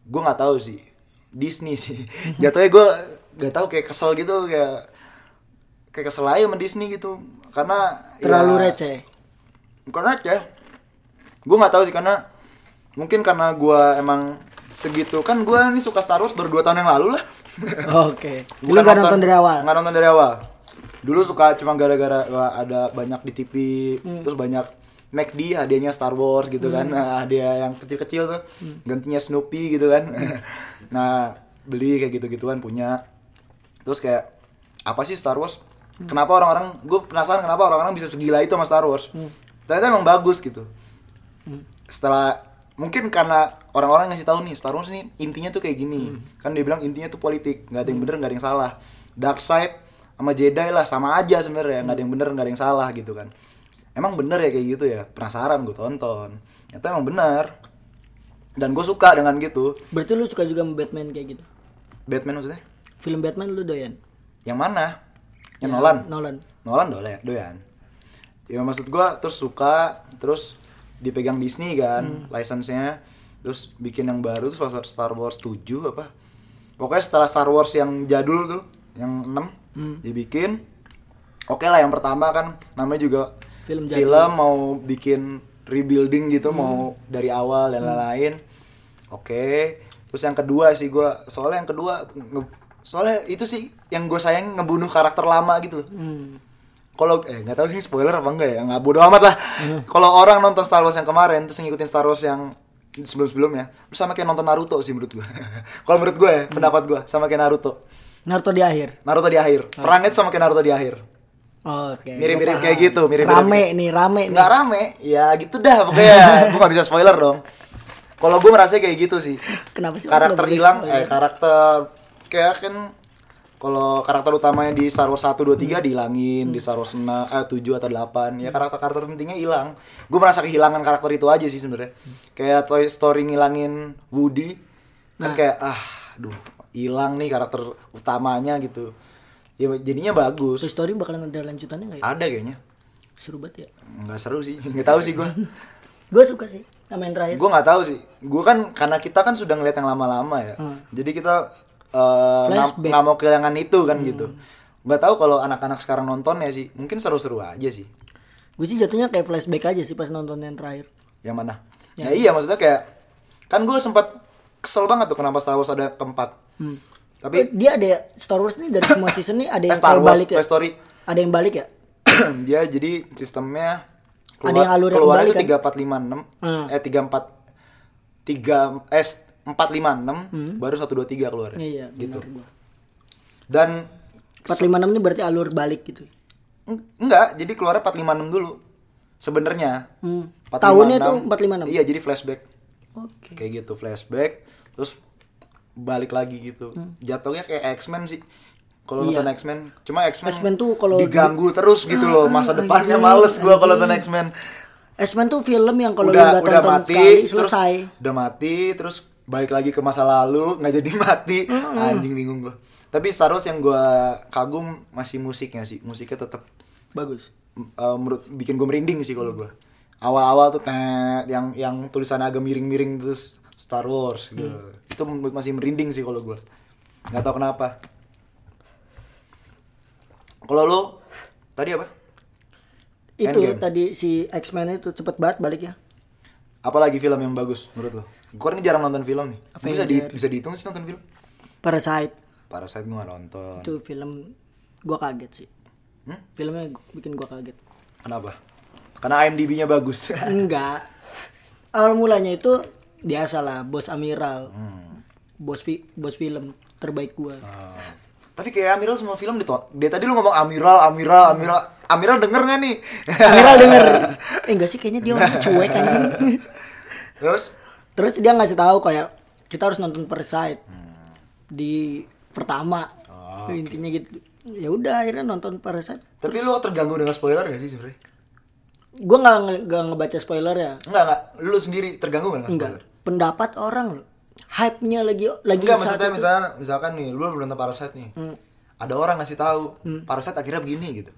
gue nggak tahu sih Disney sih jatuhnya gue nggak tahu kayak kesel gitu kayak kayak kesel aja sama Disney gitu karena Terlalu ya, receh bukan receh gue nggak tahu sih karena mungkin karena gue emang segitu kan gue nih suka Star Wars baru 2 tahun yang lalu lah Oke Lu Bukan gak nonton dari awal? nggak nonton dari awal dulu suka cuma gara-gara wah, ada banyak di TV Hmm. terus banyak McD hadiahnya Star Wars gitu kan nah, hadiah yang kecil-kecil tuh Hmm. gantinya Snoopy gitu kan nah beli kayak gitu-gituan punya terus kayak apa sih Star Wars Hmm. kenapa orang-orang gue penasaran kenapa orang-orang bisa segila itu sama Star Wars Hmm. ternyata emang bagus gitu setelah mungkin karena orang-orang ngasih tahu nih Star Wars ini intinya tuh kayak gini kan dia bilang intinya tuh politik nggak ada yang bener nggak ada yang salah dark side sama Jedi lah sama aja sebenarnya nggak ada yang bener nggak ada yang salah gitu kan emang bener ya kayak gitu ya penasaran gue tonton ternyata emang bener dan gue suka dengan gitu Berarti lu suka juga sama Batman kayak gitu? Batman maksudnya Film Batman lu doyan? yang mana yang Nolan Nolan Nolan doyan, doyan. Ya maksud gua terus suka, terus dipegang Disney kan, license-nya. Terus bikin yang baru terus pas Star Wars 7 apa. Pokoknya setelah Star Wars yang jadul tuh, yang 6 dibikin. Oke lah yang pertama kan namanya juga Film film, jadul. mau bikin rebuilding gitu, mau dari awal dan lain-lain. Oke. Terus yang kedua sih gua, soalnya yang kedua nge- soalnya itu sih yang gue sayang ngebunuh karakter lama gitu loh Hmm. kalau eh nggak tahu sih spoiler apa enggak ya nggak bodo amat lah kalau orang nonton Star Wars yang kemarin terus ngikutin Star Wars yang sebelum sebelumnya terus sama kayak nonton Naruto sih menurut gua kalau menurut gua ya pendapat gua sama kayak Naruto Naruto di akhir Naruto di akhir perangnya tuh sama kayak Naruto di akhir Oke mirip-mirip gua kayak paham. gitu mirip-mirip Rame nih, rame nih nggak rame ya gitu dah pokoknya gua nggak bisa spoiler dong kalau gua merasa kayak gitu sih Kenapa sih? karakter Belum hilang eh boleh karakter kayak kan kalau karakter utamanya di Star Wars 1 2 3 dihilangin di Star Wars 6 eh, 7 atau 8 ya karakter-karakter pentingnya hilang. Gue merasa kehilangan karakter itu aja sih sebenarnya. Kayak Toy Story ngilangin Nah. Woody kan kayak ah duh hilang nih karakter utamanya gitu. ya jadinya bagus Toy Story bakalan ada lanjutannya nggak ya? ada kayaknya Seru banget ya. nggak seru sih nggak tahu sih gue Gue suka sih sama yang terakhir. gue nggak tahu sih gue kan karena kita kan sudah ngeliat yang lama-lama ya jadi kita eh, nggak Hmm. Flashback. Hmm. nggak mau kehilangan itu kan gitu nggak tahu kalau anak-anak sekarang nontonnya sih mungkin seru-seru aja sih Gue sih jatuhnya kayak flashback aja sih pas nonton yang terakhir. yang mana ya iya maksudnya kayak kan gue sempat kesel banget tuh kenapa Star Wars ada keempat Eh, Hmm. tapi dia ada Star Wars nih dari semua season nih ada eh, yang Star kalau Wars balik ya. Toy Story Ada yang balik ya? dia jadi sistemnya Ada yang alur yang keluar itu kebalik, tiga empat lima enam Hmm. eh tiga empat tiga eh empat lima enam baru satu dua tiga keluar Hmm. Iya, gitu gitu. Benar gua. dan 456 ini berarti alur balik gitu. Eng- Enggak, jadi keluarnya 456 dulu. Sebenarnya. Hmm. 456. Tahunnya tuh 456? Iya, jadi flashback. Oke. Kayak gitu, flashback. Terus balik lagi gitu. Jatuhnya kayak X-Men sih. Kalau Hmm. Iya. nonton X-Men, cuma X-Men, X-Men tuh kalau diganggu terus gitu loh. Masa anjing, depannya males gua kalau nonton anjing. X-Men. X-Men tuh film yang kalau lu Udah udah udah tonton mati, sekali selesai. terus udah mati, terus balik lagi ke masa lalu, nggak jadi mati. Anjing bingung gua. Tapi Star Wars yang gua kagum masih musiknya sih. Musiknya tetap Bagus. M- uh, menurut bikin gue merinding sih kalau gue awal-awal tuh tet, yang yang tulisannya agak miring-miring terus Star Wars gitu Hmm. itu membuat masih merinding sih kalau gue nggak tahu kenapa kalau lo tadi apa Itu Endgame. tadi si X-Men itu cepet banget balik ya. apalagi film yang bagus menurut lo gue kan jarang nonton film nih Gua bisa di- Avenger. bisa dihitung sih nonton film Parasite Parasite gue gak nonton itu film gua kaget sih. Hmm? Filmnya gu- bikin gua kaget. kenapa karena IMDb-nya bagus Iya. Enggak. Awal mulanya itu biasalah bos Amiral. Hmm. Bos fi- bos film terbaik gua. Ah. Oh. tapi kayak Amiral semua film ditonton dia tadi lu ngomong Amiral Amiral Amiral Amiral denger gak nih Amiral denger. Eh enggak sih kayaknya dia orangnya cuek anjing. terus Terus dia ngasih tahu kayak kita harus nonton Parasite Hmm. di pertama. Oh, Intinya gitu. Ya udah akhirnya nonton Parasite. Tapi lu terganggu dengan spoiler gak sih sebenarnya? Gua nggak nge- nggak ngebaca spoiler ya. Enggak, enggak. Lu sendiri terganggu gak dengan Enggak. spoiler? Pendapat orang loh. Hype-nya lagi lagi Enggak, Hmm. saat maksudnya itu. misalkan, misalkan nih, lu belum nonton Parasite nih. Ada orang ngasih tahu Hmm. Parasite akhirnya begini gitu.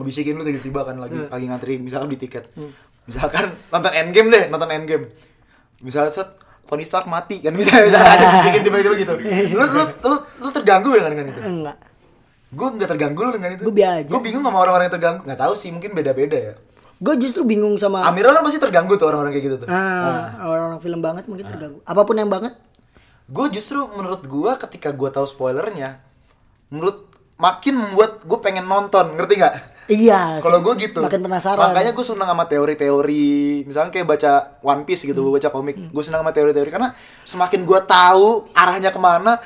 Ngebisikin lu tiba-tiba kan lagi lagi ngantri misalkan di tiket. Hmm. Misalkan nonton Endgame deh, nonton Endgame. Misalnya set Tony Stark mati kan misalnya misalnya ada bisikin tiba-tiba gitu. Iya. Lu lu lu, lu terganggu ya dengan dengan itu? enggak. Gue nggak terganggu lu dengan itu. Gua biasa aja. Gue bingung sama orang-orang yang terganggu. Nggak tahu sih, mungkin beda-beda ya. Gue justru bingung sama Amiral kan pasti terganggu tuh orang-orang kayak gitu tuh. Ah, orang-orang film banget mungkin terganggu. Apapun yang banget, gue justru menurut gue ketika gue tahu spoilernya menurut makin membuat gue pengen nonton ngerti nggak iya. kalau sih. gue gitu Makin penasaran. makanya gue senang sama teori-teori misalnya kayak baca One Piece gitu gua baca komik Hmm. gue senang sama teori-teori karena semakin gue tahu arahnya kemana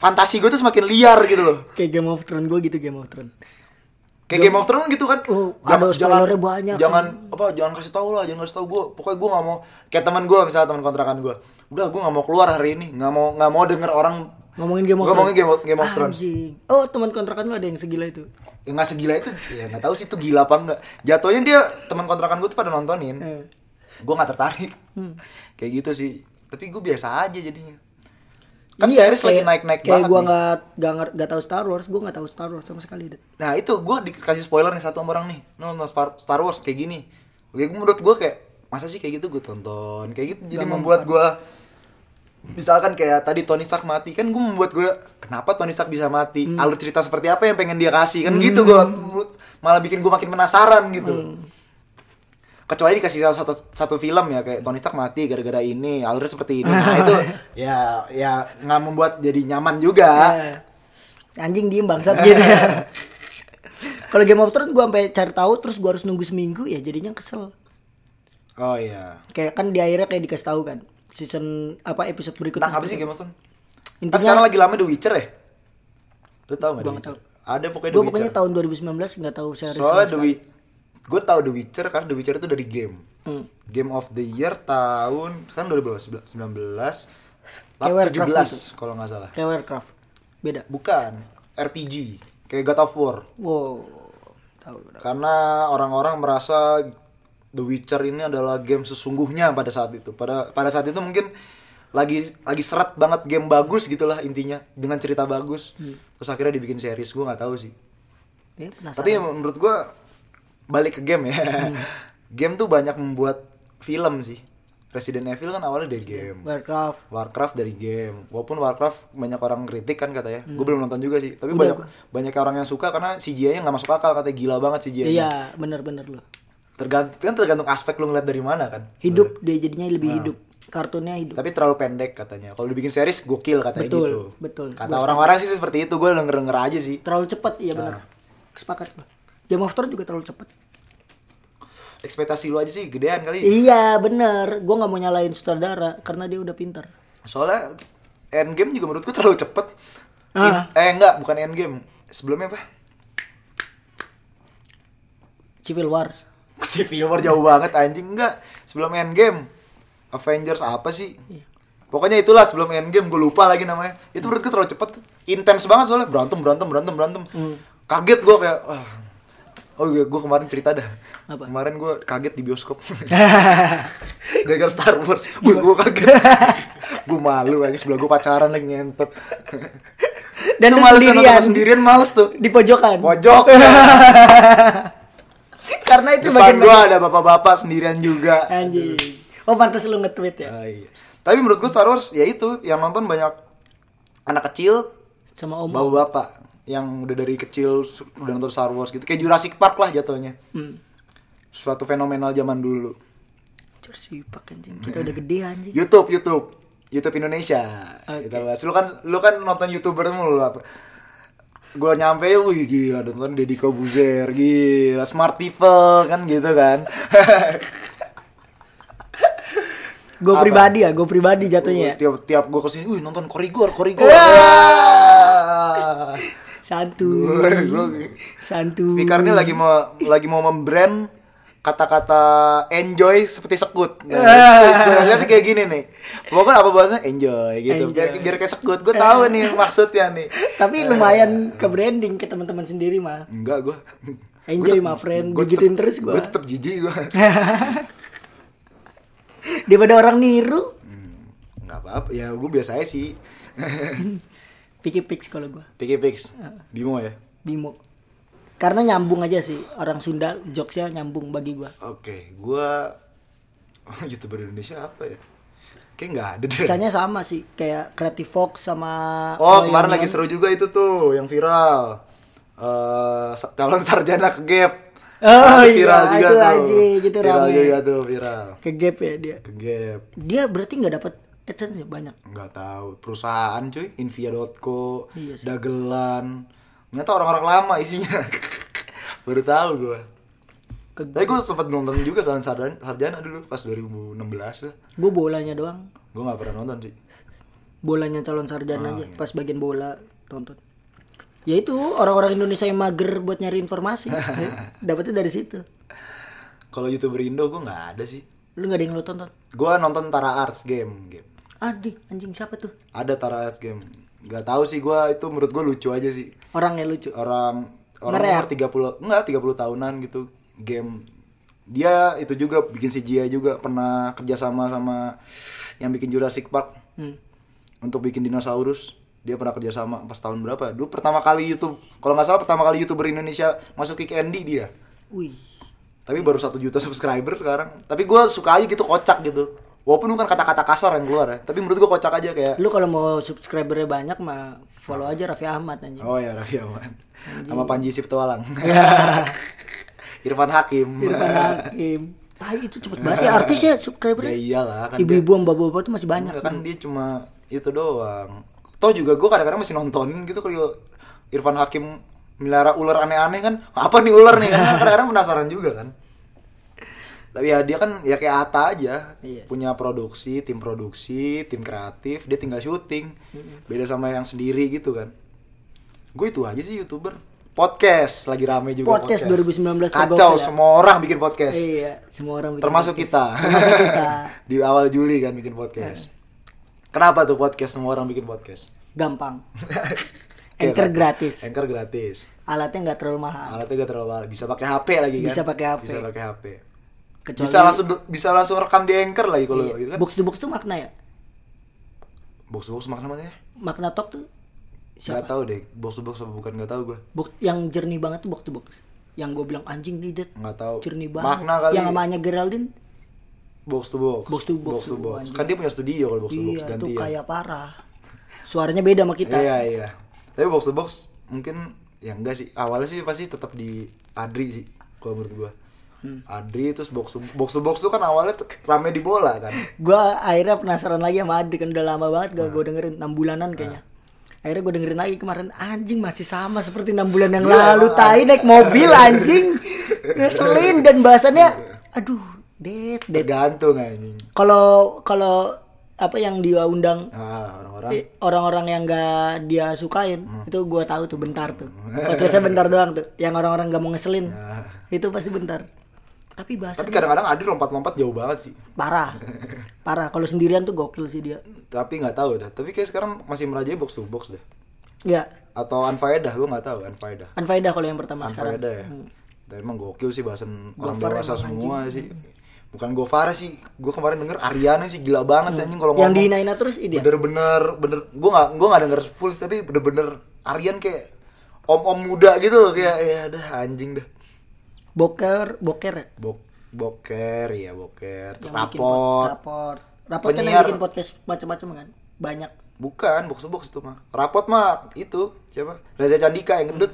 fantasi gue tuh semakin liar gitu loh kayak Game of Thrones gue gitu Game of Thrones. kayak Game of Thrones gitu kan Oh, Jangan- ada spoilernya banyak. jangan apa jangan kasih tahu lah jangan kasih tahu gue pokoknya gue nggak mau kayak teman gue misalnya teman kontrakan gue udah gue nggak mau keluar hari ini nggak mau nggak mau denger orang Ngomongin Game of Thrones. ngomongin Game of, Game of Thrones Anjing. Oh, teman kontrakan lu ada yang segila itu. ya nggak segila itu ya nggak tahu sih itu gila apa enggak jatuhnya dia teman kontrakan gue tuh pada nontonin Eh. Hmm. gue nggak tertarik kayak gitu sih tapi gue biasa aja jadinya kan Iya, series lagi kayak- naik naik kayak banget gua nih. nggak nggak nger- nggak tahu Star Wars gue nggak tahu Star Wars sama sekali deh. nah itu gue dikasih spoiler nih satu sama orang nih no, no, Spar- Star Wars kayak gini Kayak menurut gue kayak masa sih kayak gitu gue tonton kayak gitu jadi membuat gue misalkan kayak tadi Tony Stark mati kan gue membuat gue kenapa Tony Stark bisa mati alur cerita seperti apa yang pengen dia kasih kan gitu gue malah bikin gue makin penasaran gitu kecuali dikasih tahu satu satu film ya kayak Tony Stark mati gara-gara ini alurnya seperti ini nah itu ya ya nggak membuat jadi nyaman juga Eh, Anjing diem bangsat gitu. Kalau Game of Thrones gue sampai cari tahu terus gue harus nunggu seminggu ya jadinya kesel. oh iya Kayak kan di akhirnya kayak dikasih tahu kan season apa episode berikutnya. nah apa sih Game of Thrones Kan Intinya- sekarang lagi lama The Witcher ya lu tau nggak The Gua nggak Witcher ada pokoknya The Gue Witcher pokoknya tahun 2019 nggak tahu series. soalnya sama The sekali. Witcher gue tau The Witcher karena The Witcher itu dari game Hmm. Game of the Year tahun kan sekarang 2019 Kayak Warcraft gitu. 17 kalau nggak salah Kayak Warcraft. Beda. bukan RPG kayak God of War Wow. Tahu. karena orang-orang merasa The Witcher ini adalah game sesungguhnya pada saat itu. Pada pada saat itu mungkin lagi lagi seret banget game bagus gitulah intinya dengan cerita bagus terus akhirnya dibikin series gue nggak tahu sih Eh, penasaran. tapi menurut gue balik ke game ya game tuh banyak membuat film sih Resident Evil kan awalnya dari game Warcraft Warcraft dari game walaupun Warcraft banyak orang kritik kan katanya gue belum nonton juga sih tapi banyak banyak orang yang suka karena CGI-nya nggak masuk akal katanya gila banget CGI-nya iya bener-bener loh tergantung kan tergantung aspek lu ngeliat dari mana kan hidup dia jadinya lebih Ah. hidup kartunnya hidup tapi terlalu pendek katanya kalau dibikin series gokil katanya Betul, gitu betul. kata orang-orang sih seperti itu gue denger denger aja sih terlalu cepat iya bener Ah. sepakat gua. Game of Thrones juga terlalu cepat ekspektasi lu aja sih gedean kali iya bener gue nggak mau nyalain sutradara karena dia udah pintar soalnya endgame juga menurut gue terlalu cepet Ah. In- eh enggak bukan endgame sebelumnya apa Civil Wars Civil War jauh banget anjing enggak sebelum endgame Avengers apa sih Iya. pokoknya itulah sebelum endgame gue lupa lagi namanya itu menurut gue terlalu cepet intens banget soalnya berantem berantem berantem berantem Hmm. kaget gue kayak "Wah." oh iya gue kemarin cerita dah Apa? kemarin gue kaget di bioskop gagal Star Wars gue gue kaget gue malu lagi sebelah gue pacaran lagi nyentet Itu Dan lu males nonton sendirian. sendirian males tuh di pojokan pojok karena itu depan bagian gue ada bapak-bapak sendirian juga anjing oh pantas lu nge-tweet ya Ah, iya. Tapi menurut gue Star Wars ya itu yang nonton banyak anak kecil, sama om bapak-bapak yang udah dari kecil su- udah nonton Star Wars gitu. Kayak Jurassic Park lah jatuhnya. Hmm. Suatu fenomenal zaman dulu. Jersey pakai anjing kita udah gede anjing YouTube, YouTube. YouTube Indonesia. Oke. Kita bahas. Lu kan lu kan nonton YouTuber mulu apa? Gue nyampe, wih gila nonton Deddy Kobuzer, gila smart people kan gitu kan. gue pribadi ya gue pribadi jatuhnya ya. Iya. tiap tiap gue kesini, wih nonton Korigor, Korigor. Wah. santuy Gua- gua- santuy Fikar ini lagi mau lagi mau membrand kata-kata enjoy seperti sekut. Nah, Iya. gue lihat kayak gini nih. Pokoknya apa bahasanya enjoy gitu. Biar, Enjoy. biar kayak sekut. Gue tahu nih maksudnya nih. tapi lumayan ke branding ke teman-teman sendiri mah Enggak gue. enjoy my friend digituin terus Gue gue tetap jijik gue. daripada orang niru Enggak apa-apa. Ya gue biasa aja sih. pikir pix kalau gue Picky Pix. Bimo ya. bimo karena nyambung aja sih orang Sunda jokesnya nyambung bagi gue Oke, gue youtuber Indonesia apa ya? Kayak nggak ada deh. Misalnya sama sih kayak Creative Fox sama Oh Roy kemarin Onion. lagi seru juga itu tuh yang viral Eh, sa- calon sarjana ke gap Oh, Itu iya, itu anjing, gitu viral rame. juga tuh viral ke Gap ya dia. ke gap Dia berarti nggak dapat AdSense ya banyak. nggak tahu perusahaan cuy invia.co Iya sih. dagelan ternyata orang-orang lama isinya baru tahu gue Ke- tapi gue sempat nonton juga calon sarjana, sarjana dulu pas 2016 lah Gue bolanya doang. gue nggak pernah nonton sih Bolanya calon Ah, sarjana aja iya. pas bagian bola tonton. Ya itu orang-orang Indonesia yang mager buat nyari informasi. Eh, Dapatnya dari situ. kalau youtuber indo gue nggak ada sih Lu nggak ada yang lu tonton. gue nonton Tara Arts game game Adi, anjing siapa tuh? ada Tara Arts game nggak tahu sih gua itu menurut gua lucu aja sih Orang yang lucu. orang orang Ngereak. umur 30 enggak 30 tahunan gitu game dia itu juga bikin CGI juga pernah kerja sama sama yang bikin Jurassic Park Hmm. untuk bikin dinosaurus dia pernah kerja sama pas tahun berapa ya? dulu pertama kali YouTube kalau nggak salah pertama kali youtuber Indonesia masuk Kick Andy dia Wih. tapi baru satu juta subscriber sekarang tapi gua suka aja gitu kocak gitu walaupun bukan kata-kata kasar yang keluar ya tapi menurut gua kocak aja kayak Lu kalau mau subscribernya banyak mah follow aja Raffi Ahmad anjing. Oh ya Raffi Ahmad sama Panji Siptoalang Irfan Hakim Irfan Hakim. Tai itu cepet banget ya artisnya subscribernya. Ya iyalah Nah, kan dia- Ibu-ibu sama bapak-bapak tuh masih banyak. Enggak, kan dia cuma itu doang Toh juga gue kadang-kadang masih nontonin gitu kalau Irfan Hakim melihara ular aneh-aneh kan Apa nih ular nih kan kadang-kadang penasaran juga kan tapi ya dia kan ya kayak Ata aja Iya. punya produksi tim produksi tim kreatif dia tinggal syuting beda sama yang sendiri gitu kan gue itu aja sih youtuber podcast lagi rame juga Podcast 2019 tuh kacau gokil ya. semua orang bikin podcast Iya, semua orang bikin termasuk podcast. kita Termasuk kita. Hmm. di awal Juli kan bikin podcast kenapa tuh podcast semua orang bikin podcast Gampang. Oke, Anchor kan? gratis. anchor gratis Alatnya nggak terlalu mahal. alatnya gak terlalu mahal bisa pakai HP lagi kan Bisa pakai HP. bisa pakai HP Kecuali Iya. bisa langsung bisa langsung rekam di anchor lagi kalau gitu kan box to box tuh makna ya? box box makna namanya Makna Talk tuh nggak siapa? tahu deh box box apa bukan nggak tahu gue Box- yang jernih banget tuh box to box. Yang gue bilang anjing nih Det. nggak tahu Jernih banget. makna kali ya? Yang namanya Geraldine box to box Box to box. box, to box. kan dia punya studio kalau box to box iya tuh ganti ya kayak parah. Suaranya beda sama kita. iya iya tapi box to box mungkin ya enggak sih awalnya sih pasti tetap di Adri sih kalau menurut gue Hmm. Adri terus box to, box to box tuh kan awalnya te- rame di bola kan gua akhirnya penasaran lagi sama Adri kan udah lama banget Nah. gak gue dengerin 6 bulanan kayaknya akhirnya gue dengerin lagi kemarin anjing masih sama seperti enam bulan yang Iya, lalu emang. tai naik mobil anjing ngeselin dan bahasannya Iya. aduh det det tergantung anjing kalau kalau apa yang dia undang ah orang-orang eh, orang-orang yang gak dia sukain Hmm. itu gua tahu tuh bentar tuh podcastnya bentar doang tuh yang orang-orang gak mau ngeselin itu pasti bentar tapi Ya. bahasa tapi kadang-kadang Adri lompat-lompat jauh banget sih parah parah kalau sendirian tuh gokil sih dia tapi nggak tahu dah tapi kayak sekarang masih merajai box to box deh ya atau unfaedah gue nggak tahu unfaedah Anfaedah kalau yang pertama sekarang. Hmm. unfaedah ya tapi emang gokil sih bahasan orang Gofar dewasa emang semua sih bukan Gofar sih gue kemarin denger Ariana sih gila banget sih anjing kalau Hmm. Yang ngomong dihinain terus ini ya? dia. bener-bener bener gue nggak gue nggak denger full sih, tapi bener-bener Aryan kayak om-om muda gitu loh, kayak ya dah anjing dah Boker, boker ya? Bok boker ya boker Yang bikin pod- rapot Raport. Raport kan yang Penyiar. bikin podcast macam-macam kan? Banyak. bukan box to box itu mah rapot mah itu siapa Reza Candika yang gendut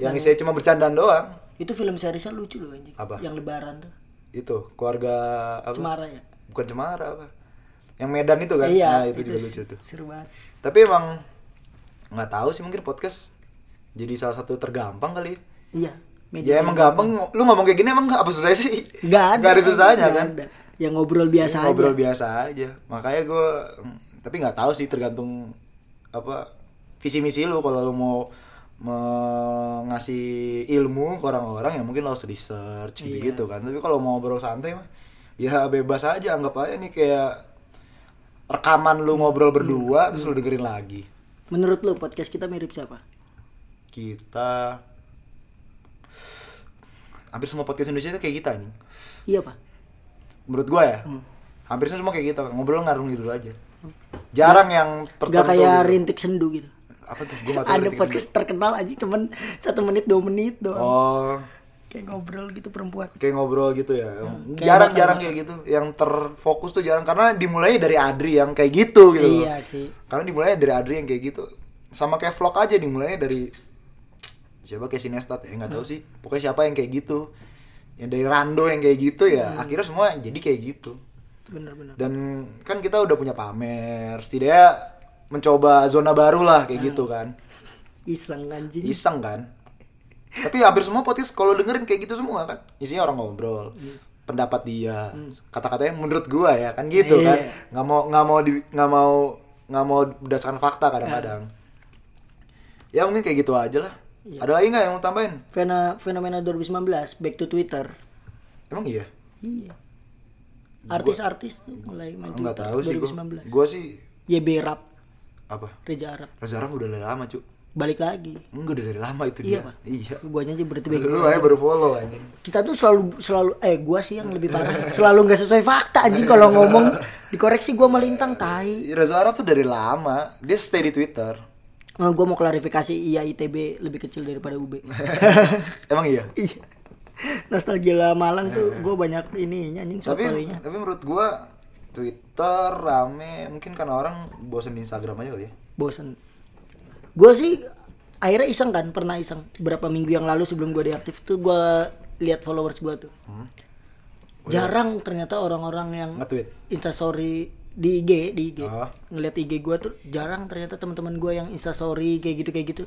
yang isinya cuma bercandaan doang Itu film seriesnya lucu loh anjing. Apa? Yang lebaran tuh. itu keluarga apa Cemara ya? bukan Cemara apa yang Medan itu kan Iya. nah, itu, juga lucu tuh Seru banget. tapi emang nggak tahu sih mungkin podcast jadi salah satu tergampang kali ya. Iya. ya emang gampang lu ngomong kayak gini emang apa susahnya sih Gak ada. susahnya Nggak kan Iya, ada. Yang ngobrol biasa ngobrol aja. biasa aja makanya gue tapi nggak tahu sih tergantung apa visi misi lu kalau lu mau mengasih ilmu ke orang-orang ya mungkin lo harus research Iya. gitu gitu kan tapi kalau mau ngobrol santai mah ya bebas aja anggap aja nih kayak rekaman lu ngobrol Hmm. berdua terus lu dengerin lagi Menurut lu podcast kita mirip siapa? kita hampir semua podcast Indonesia itu kayak kita nih Iya pak. menurut gua ya hampir semua kayak gitu ngobrol ngarung gitu aja jarang yang tertentu Gak kayak gitu. rintik sendu gitu. apa tuh gua nggak tahu Ada rintik podcast terkenal aja cuman satu menit dua menit sendiri. doang. oh Kayak ngobrol gitu perempuan. kayak ngobrol gitu ya jarang-jarang kayak gitu yang terfokus tuh jarang karena dimulai dari Adri yang kayak gitu gitu loh. Iya sih. karena dimulai dari Adri yang kayak gitu sama kayak vlog aja dimulai dari siapa kayak Sinestat ya nggak tahu sih pokoknya siapa yang kayak gitu yang dari Rando yang kayak gitu ya akhirnya semua jadi kayak gitu Bener-bener. dan kan kita udah punya pamer setidaknya mencoba zona baru lah kayak gitu kan Iseng anjing. iseng kan tapi hampir semua podcast kalau dengerin kayak gitu semua kan isinya orang ngobrol pendapat dia kata-katanya menurut gua ya kan gitu Iya. kan nggak mau nggak mau di- nggak mau nggak mau berdasarkan fakta kadang-kadang ya mungkin kayak gitu aja lah Iya. ada lagi nggak yang mau tambahin Fena, fenomena 2019 back to Twitter. emang iya Iya. Artis-artis tuh mulai main nggak Twitter tahu sih gua 2019. gua sih YB Ya, Rap, apa Reza Arab. Reza Arab udah dari lama cu Balik lagi. enggak udah dari lama itu Iya, dia Pak. iya Guanya aja berarti back. Lu aja baru follow anjing. Kita tuh selalu selalu eh gua sih yang lebih parah. selalu nggak sesuai fakta anjing kalau ngomong dikoreksi gua melintang tai. Reza Arab tuh dari lama, dia stay di Twitter. Nah, gua mau klarifikasi iya ITB lebih kecil daripada UB. Emang iya. iya. Nostalgia Malang tuh gua banyak ini anjing Tapi sotoinya. tapi menurut gua Twitter rame mungkin karena orang bosen di Instagram aja kali ya. bosen gue sih akhirnya iseng kan pernah iseng berapa minggu yang lalu sebelum gue deaktif tuh gue lihat followers gue tuh Hmm. jarang ternyata orang-orang yang Nge-tweet. instastory di IG di IG Oh. ngeliat IG gue tuh jarang ternyata teman-teman gue yang instastory kayak gitu kayak gitu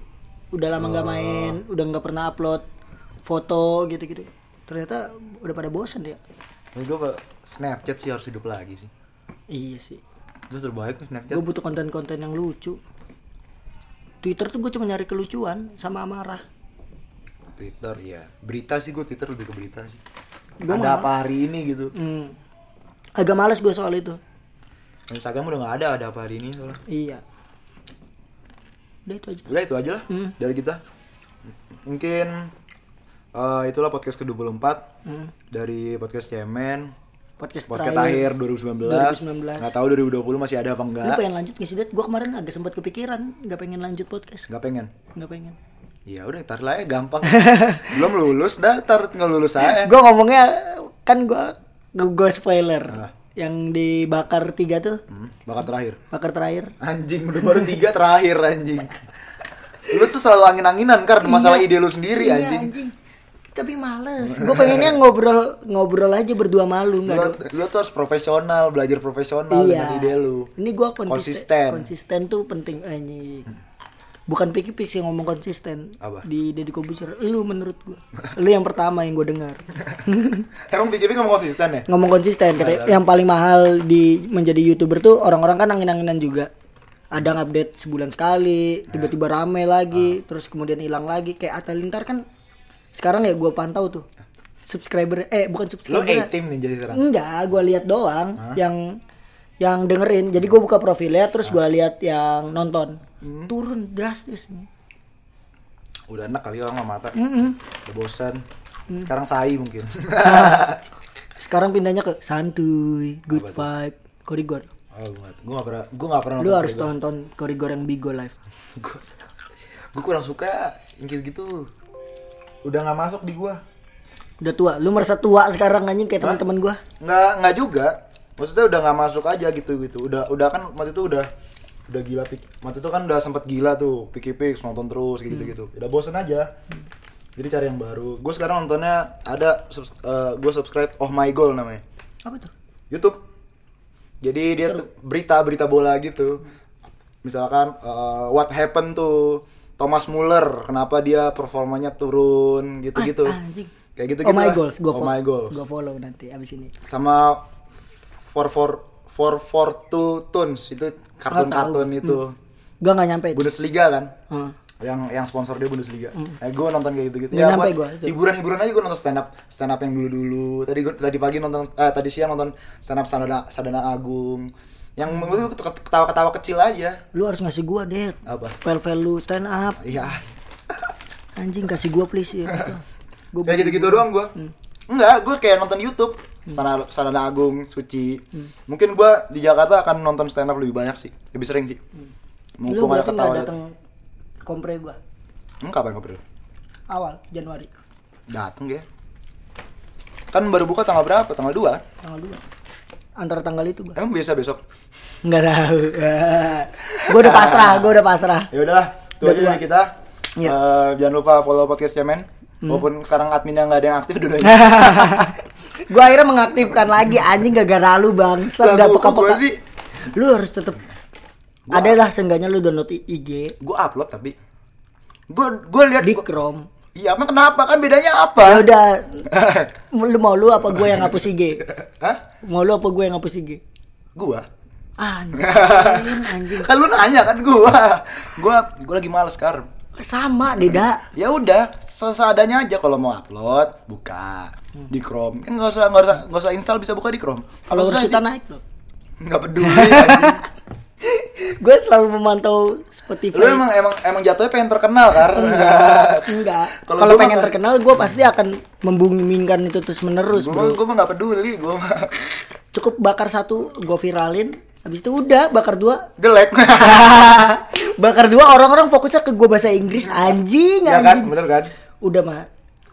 udah lama nggak main udah nggak pernah upload foto gitu-gitu ternyata udah pada bosen ya Menurut gua Pak, Snapchat sih harus hidup lagi sih. iya sih Lu terbaik tuh Snapchat. gue butuh konten-konten yang lucu Twitter tuh gue cuma nyari kelucuan sama marah Twitter ya. Berita sih gua Twitter lebih ke berita sih. Gua ada apa hari ini gitu. Hmm. Agak males gue soal itu. Instagram udah nggak ada ada apa hari ini soalnya. Iya. Udah itu aja. Udah itu aja lah Hmm. dari kita. M- Hmm. Mungkin eh, itulah podcast ke-24 dari podcast Cemen. podcast, Podcast terakhir. akhir 2019. 2019. Nggak tahu 2020 masih ada apa Lu enggak. pengen lanjut gak sih, Det? Gua kemarin agak sempat kepikiran nggak pengen lanjut podcast. Nggak pengen. Nggak pengen. Ya udah ntar lah ya gampang. Belum lulus dah ntar tinggal lulus aja. Gua ngomongnya kan gua gua, gua spoiler. Yang dibakar tiga tuh, Ah. Hmm, bakal terakhir. bakar terakhir. Anjing udah baru tiga terakhir anjing. Lu tuh selalu angin-anginan karena masalah ide lu sendiri Iya, anjing. Tapi males. Gua pengennya ngobrol ngobrol aja berdua malu nggak Lu, ada- Iya. lu tuh harus profesional, belajar profesional dengan ide lu. Ini gua Konsisten. Hmm. konsisten. Konsisten tuh penting anjing. Bukan pikir pikir yang ngomong konsisten Apa? di Deddy Kobuser. Lu menurut gua. Lu yang pertama yang gua dengar. Emang BGB ngomong konsisten ya? ngomong konsisten kata- yang paling mahal di menjadi YouTuber tuh orang-orang kan angin-anginan juga. Ada update sebulan sekali, tiba-tiba rame Ah. lagi, terus kemudian hilang lagi. Kayak Atta Lintar kan sekarang ya gua pantau tuh. Subscriber eh Lu bukan subscriber. A-team nih jadi sekarang. Enggak, gue lihat doang yang yang dengerin. Jadi gue buka profilnya, Ah. terus gue lihat yang nonton. Hmm. Turun drastis. nih. Udah enak kali orang sama mata. Udah bosan. Mm. Sekarang sai mungkin. Sekarang pindahnya ke santuy, good vibe, korigor. oh, gue gak, gua gak pernah gua gak pernah Lu nonton harus Playboy. tonton korigor yang bigo live. Gua- Gua kurang suka yang gitu. Udah nggak masuk di gua. Udah tua, lu merasa tua sekarang anjing kayak teman-teman gue. nggak nggak juga maksudnya udah nggak masuk aja gitu gitu udah udah kan waktu itu udah udah gila pik waktu itu kan udah sempet gila tuh Piki Pix nonton terus gitu gitu Hmm. udah bosen aja jadi cari yang baru gue sekarang nontonnya ada gue subscribe Oh My Goal namanya Apa tuh? YouTube jadi dia tuh berita berita bola gitu misalkan eh, what happened tuh Thomas Muller kenapa dia performanya turun gitu gitu Anjing. kayak gitu gitu oh my goals, gue Oh My Goals Gue follow nanti abis ini. sama four four four four two tunes itu kartun kartun itu Gue nggak nyampe. Bundesliga kan Hmm. yang yang sponsor dia Bundesliga eh, gue nonton kayak gitu gitu Nggak nyampe gua, itu. hiburan hiburan aja gue nonton stand up stand up yang dulu dulu tadi gua, tadi pagi nonton eh, tadi siang nonton stand up sadana sadana agung yang menurut gue ketawa ketawa kecil aja Lu harus ngasih gue deh. Apa? File-file lu stand up. iya Anjing kasih gue please ya. gitu. Gua Hmm. kayak gitu gitu doang gue enggak gue kayak nonton YouTube Sadana, Sadana Agung, Suci. Hmm. Mungkin gua di Jakarta akan nonton stand up lebih banyak sih, lebih sering sih. Hmm. Lu Mumpung ada berarti nggak ketawa. gitu. datang kompre gua Hmm, kapan ngobrol? awal Januari Dateng dia. Kan baru buka tanggal berapa? Tanggal 2 kan? tanggal 2 antara tanggal itu gua Emang biasa besok. nggak tahu gua udah pasrah gua udah pasrah Ya udahlah, itu Udah aja dari tua. kita. Iya. Hmm. Eh, jangan lupa follow podcast Cemen. Walaupun sekarang adminnya nggak ada yang aktif dulu aja. gua akhirnya mengaktifkan lagi anjing gara-gara lu bangsat Lah, nggak gua- peka-peka gua sih. lu harus tetep ada lah seenggaknya lu download I- IG Gue upload tapi gue gue lihat di Chrome iya emang kenapa kan bedanya apa ya udah lu mau lu apa gua yang hapus IG hah mau lu apa gua yang hapus IG gua anjing anjing kan lu nanya kan gua gua gua lagi males sekarang sama Deda ya udah sesadanya aja kalau mau upload buka Hmm. di Chrome kan nggak usah nggak usah nggak usah install bisa buka di Chrome Apa followers susah kita sih? naik loh nggak peduli anjing. gue selalu memantau Spotify lu emang emang emang jatuhnya pengen terkenal kan Iya. enggak Kalau kalau gua pengen mah- terkenal gue pasti akan membumingkan itu terus menerus gua bro gua mah nggak peduli gua mah cukup bakar satu gue viralin habis itu udah bakar dua jelek bakar dua orang-orang fokusnya ke gue bahasa Inggris anjing ya kan Iya, anjing bener kan udah mah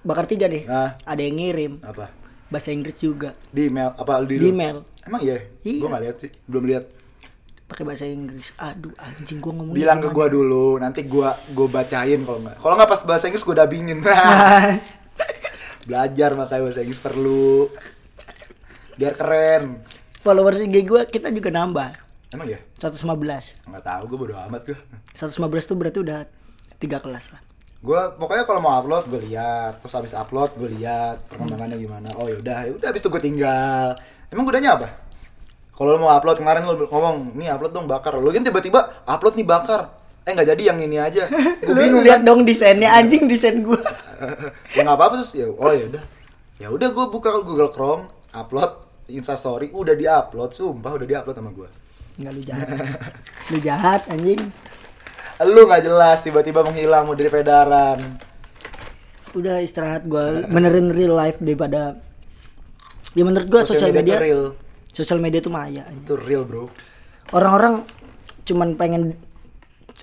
bakar tiga deh Nah. ada yang ngirim apa bahasa Inggris juga di email apa di, lu? Di email. emang iya Iya. gua nggak lihat sih belum lihat pakai bahasa Inggris aduh anjing gue ngomong bilang ke gua dulu nanti gua gua bacain kalau nggak kalau nggak pas bahasa Inggris gua dabingin belajar makanya bahasa Inggris perlu biar keren followers IG gue kita juga nambah emang ya 115 nggak tahu gue bodo amat gue 115 tuh berarti udah tiga kelas lah gue pokoknya kalau mau upload gue lihat terus habis upload gue lihat perkembangannya gimana oh yaudah yaudah habis itu gue tinggal emang gudanya apa kalau lo mau upload kemarin lo ngomong nih upload dong bakar lo kan tiba-tiba upload nih bakar eh nggak jadi yang ini aja gue Lu bingung lihat kan dong desainnya anjing desain gua. ya nggak apa-apa terus ya oh yaudah ya udah gue buka Google Chrome upload instastory udah diupload sumpah udah diupload sama gue Enggak lu jahat. lu jahat anjing. lu nggak jelas tiba-tiba menghilang dari peredaran Udah istirahat gua benerin real life daripada Ya menurut gua sosial media, itu real sosial media itu maya. itu real bro Orang-orang cuman pengen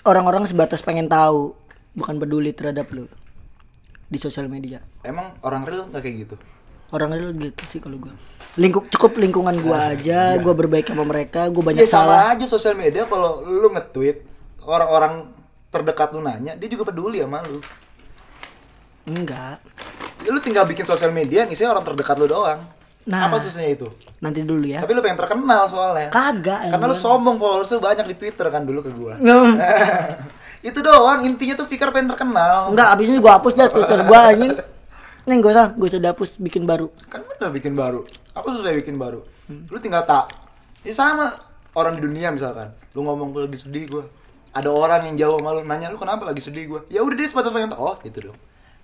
orang-orang sebatas pengen tahu, bukan peduli terhadap lu di sosial media. emang orang real nggak kayak gitu Orang itu gitu sih kalau gua. Lingkup cukup lingkungan gua aja, gua berbaik sama mereka, gua Ah, ya banyak sama aja sosial media kalau lu nge-tweet orang-orang terdekat lu nanya dia juga peduli sama lu Enggak. Ya, lu tinggal bikin sosial media yang isinya orang terdekat lu doang Nah. apa susahnya itu Nanti dulu ya. Kan. tapi lu pengen terkenal soalnya Kagak. karena lu emang. sombong followers lu banyak di twitter kan dulu ke gua Hmm. itu doang intinya tuh Fikar pengen terkenal Enggak, abis ini gua hapus dah terus gua anjing. Nih gak usah, gua sudah hapus bikin baru. kan udah bikin baru apa susah bikin baru lu tinggal tak ya sama orang di dunia misalkan lu ngomong gue lagi sedih gue ada orang yang jauh sama lu nanya lu kenapa lagi sedih gue ya udah dia sebatas pengen tahu oh gitu dong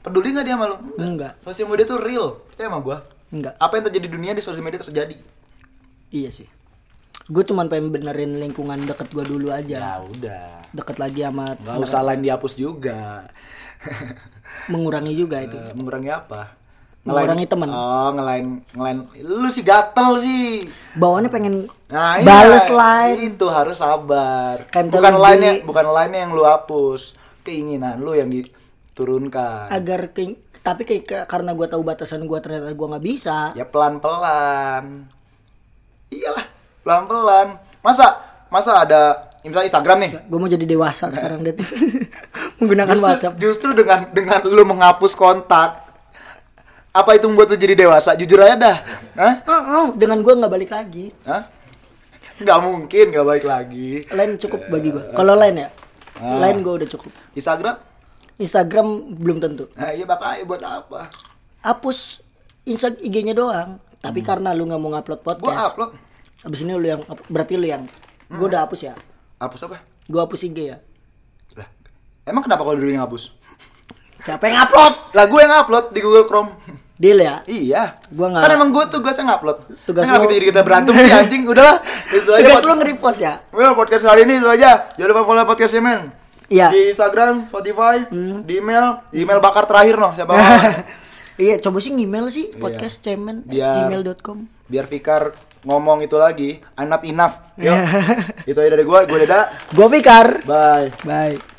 peduli nggak dia sama lu Enggak. sosial media tuh real ya sama gue Enggak. apa yang terjadi di dunia di sosial media terjadi Iya sih. Gue cuman pengen benerin lingkungan deket gua dulu aja. ya udah Deket lagi sama nggak usah lain dihapus juga mengurangi juga itu. Eh, mengurangi apa Ngelain- Mengurangi temen. oh ngelain ngelain lu sih gatel sih Bawaannya pengen Nah, Bales iya, line. Kan itu harus sabar. Kayak minta bukan lebih. line bukan line yang lu hapus, keinginan lu yang diturunkan. agar ke- tapi kayak ke- karena gua tahu batasan gua ternyata gua nggak bisa. Ya pelan-pelan. Iyalah, pelan-pelan. Masa masa ada misalnya Instagram nih. Gua mau jadi dewasa sekarang Dit. Menggunakan Nah. Justru, kan WhatsApp. justru dengan dengan lu menghapus kontak apa itu membuat lu jadi dewasa? Jujur aja dah. Hah? Oh, oh, dengan gua nggak balik lagi. Hah? Gak mungkin gak baik lagi. Lain cukup bagi gua. Kalau lain ya, Ah. lain gua udah cukup. Instagram? Instagram belum tentu. Nah, iya bakal buat apa? hapus Insta IG-nya doang. Tapi karena lu nggak mau ngupload Hmm. Gua podcast, upload. abis ini lu yang berarti lu yang gua udah hapus ya. Hapus apa? Gua hapus IG ya. Lah, emang kenapa kalau dulu yang hapus? Siapa yang upload? Lah gue yang upload di Google Chrome. Deal ya. iya. Gua nggak- Kan emang gue tugasnya ngupload. Tugas Nah, kenapa lu- kita jadi kita berantem sih anjing? Udahlah, itu aja. Tugas pod- lu nge-repost ya. Well, podcast hari ini itu aja. Jangan lupa follow podcastnya men. Iya. Hmm. Di Instagram, Spotify, di email, di email bakar terakhir noh siapa mau. iya, coba sih email sih podcast cemen Biar- gmail.com. Biar Fikar ngomong itu Iya. lagi, I'm not enough. Yuk. itu aja dari gue, gue Deda. Gua Fikar. Bye. Bye.